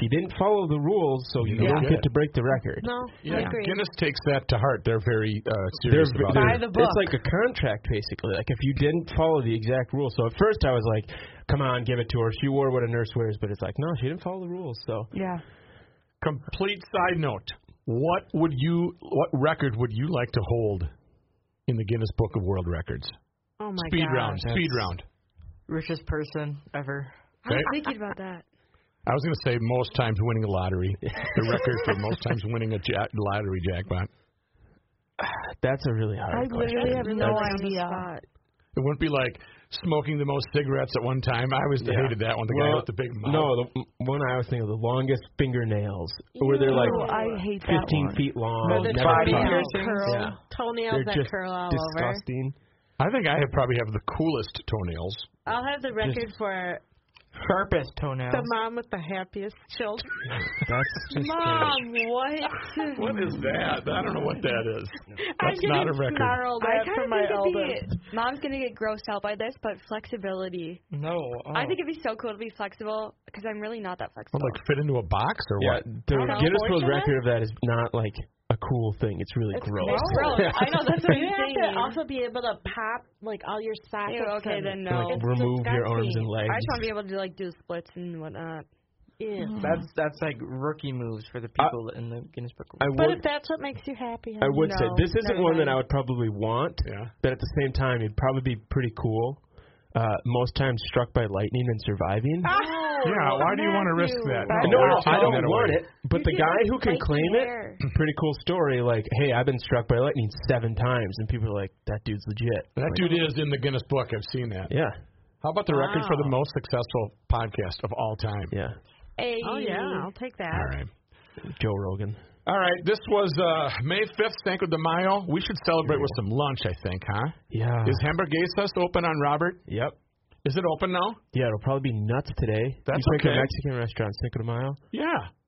S2: She didn't follow the rules, so you
S1: Yeah.
S2: don't
S1: Yeah.
S2: get to break the record.
S6: No.
S1: Yeah,
S5: agree.
S1: Guinness takes that to heart. They're very uh, serious
S2: They're-
S1: about
S2: they're-
S5: By
S1: it.
S5: the book.
S2: It's like a contract, basically. Like if you didn't follow the exact rules. So at first I was like, "Come on, give it to her." She wore what a nurse wears, but it's like, no, she didn't follow the rules. So
S5: Yeah.
S1: Complete side note. What would you? What record would you like to hold in the Guinness Book of World Records?
S6: Oh my
S1: speed
S6: gosh.
S1: round. Speed round.
S4: Richest person ever.
S1: Okay.
S3: Thinking about that.
S1: I was going to say most times winning a lottery. the record for most times winning a ja- lottery jackpot.
S2: that's a really hard.
S5: I
S2: question.
S5: literally have no
S2: That's-
S5: idea.
S1: It wouldn't be like smoking the most cigarettes at one time. I always
S2: Yeah.
S1: hated that one. The guy
S2: Well,
S1: with the big mouth.
S2: No, the m- one I was thinking of the longest fingernails, where they're like
S5: Oh, I hate that
S2: 15
S5: one.
S2: feet long.
S6: Or the
S2: never
S4: body
S2: cut.
S6: toenails
S4: piercings?
S6: curl,
S2: Yeah.
S6: toenails
S2: They're
S6: that
S2: just
S6: curl all over.
S2: disgusting.
S1: I think I have probably have the coolest toenails.
S6: I'll have the record for
S4: Sharpest toenails.
S2: Oh.
S6: The mom with the happiest children.
S2: That's just
S6: Mom, what?
S1: What is that? I don't know what that is.
S6: I'm
S1: That's
S6: getting
S1: not a record.
S6: snarled at
S3: kinda
S6: from my
S3: think it'd
S6: eldest.
S3: be, Mom's gonna get grossed out by this, but flexibility.
S4: no. Oh.
S3: I think it'd be so cool to be flexible because I'm really not that flexible.
S1: Well, like fit into a box or
S2: Yeah,
S1: what?
S2: the
S3: Unfortunate?
S2: Guinness World Record of that is not like a cool thing. It's really gross.
S3: It's gross. I know that's what
S6: You
S3: I'm
S6: have
S3: saying.
S6: to also be able to pop like all your socks.
S3: Ew,
S6: up
S3: okay,
S6: and-
S3: then
S2: Like
S3: no.
S6: It's
S2: remove your arms
S6: disgusting.
S2: and legs.
S3: I just want to be able to like do splits and whatnot.
S6: Ew.
S4: that's that's like rookie moves for the people in the Guinness Book. of
S2: I
S6: But
S2: would
S6: if that's what makes you happy,
S2: I would say
S3: No,
S2: this isn't
S3: never
S2: one that
S3: mind.
S2: I would probably want.
S1: Yeah.
S2: But at the same time, it'd probably be pretty cool. Uh, most times struck by lightning and surviving.
S1: Yeah, why do you want to risk that?
S2: No,
S1: we're
S2: no,
S1: not
S2: I
S1: throwing
S2: don't
S1: that
S2: want
S1: away.
S2: it. But the guy who can claim it, pretty cool story. Like, hey, I've been struck by lightning seven times, and people are like, that dude's legit.
S1: That dude is in the Guinness Book. I've seen that.
S2: Yeah,
S1: How about the record for the most successful podcast of all time?
S2: yeah.
S3: Hey.
S6: Oh
S3: E.
S6: yeah, I'll take that.
S1: All right.
S2: Joe Rogan.
S1: All right. This was uh, May 5th, Cinco de Mayo. We should celebrate with some lunch, I think, huh?
S2: Yeah.
S1: Is Hamburguesas open on Robert?
S2: yep.
S1: Is it open now?
S2: Yeah, it'll probably be nuts today.
S1: That's
S2: you pick
S1: okay.
S2: a Mexican restaurant, Cinco de Mayo.
S1: Yeah.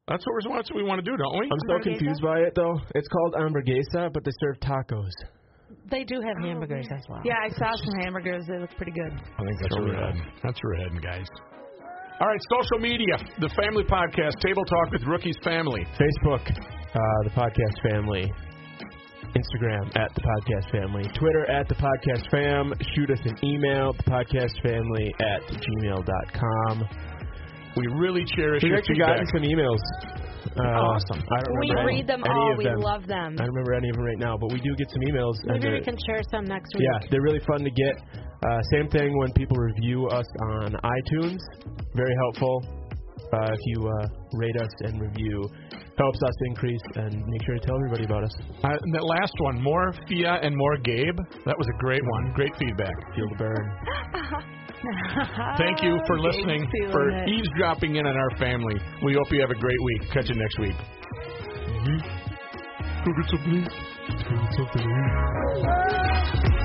S1: That's what, we're, that's what we want to do, don't we?
S2: I'm so confused by it though. It's called hamburguesa, but they serve tacos.
S5: They do
S3: Oh,
S5: have
S4: hamburgers, that's why.
S5: Yeah, I saw some hamburgers. They look pretty good.
S1: I think that's where we're heading. That's where we're heading, guys. All right, social media, the family podcast, Table Talk with Rookie's Family.
S2: Facebook, uh, the podcast family. Instagram at the podcast family. Twitter at the podcast fam. Shoot us an email, the podcast family at gmail.com.
S1: We really cherish
S2: We've
S1: your
S2: actually
S1: feedback.
S2: gotten some emails. Uh,
S1: Awesome.
S2: I don't
S3: We
S2: remember any-
S3: read them
S2: any
S3: all.
S2: of
S3: We
S2: them.
S3: love them.
S2: I don't remember any of them right now, but we do get some emails. and
S6: Maybe
S2: they're-
S6: we can share some next week.
S2: Yeah, they're really fun to get. Uh, same thing when people review us on iTunes. Very helpful. Uh, if you uh, rate us and review, helps us increase and make sure to tell everybody about us.
S1: Uh, and that last one, more Fia and more Gabe. That was a great one. Great feedback.
S2: Feel the burn.
S1: Thank you for listening,
S6: feeling
S1: for
S6: it.
S1: eavesdropping in on our family. We hope you have a great week. Catch you next week.
S2: Go get something. Go get something.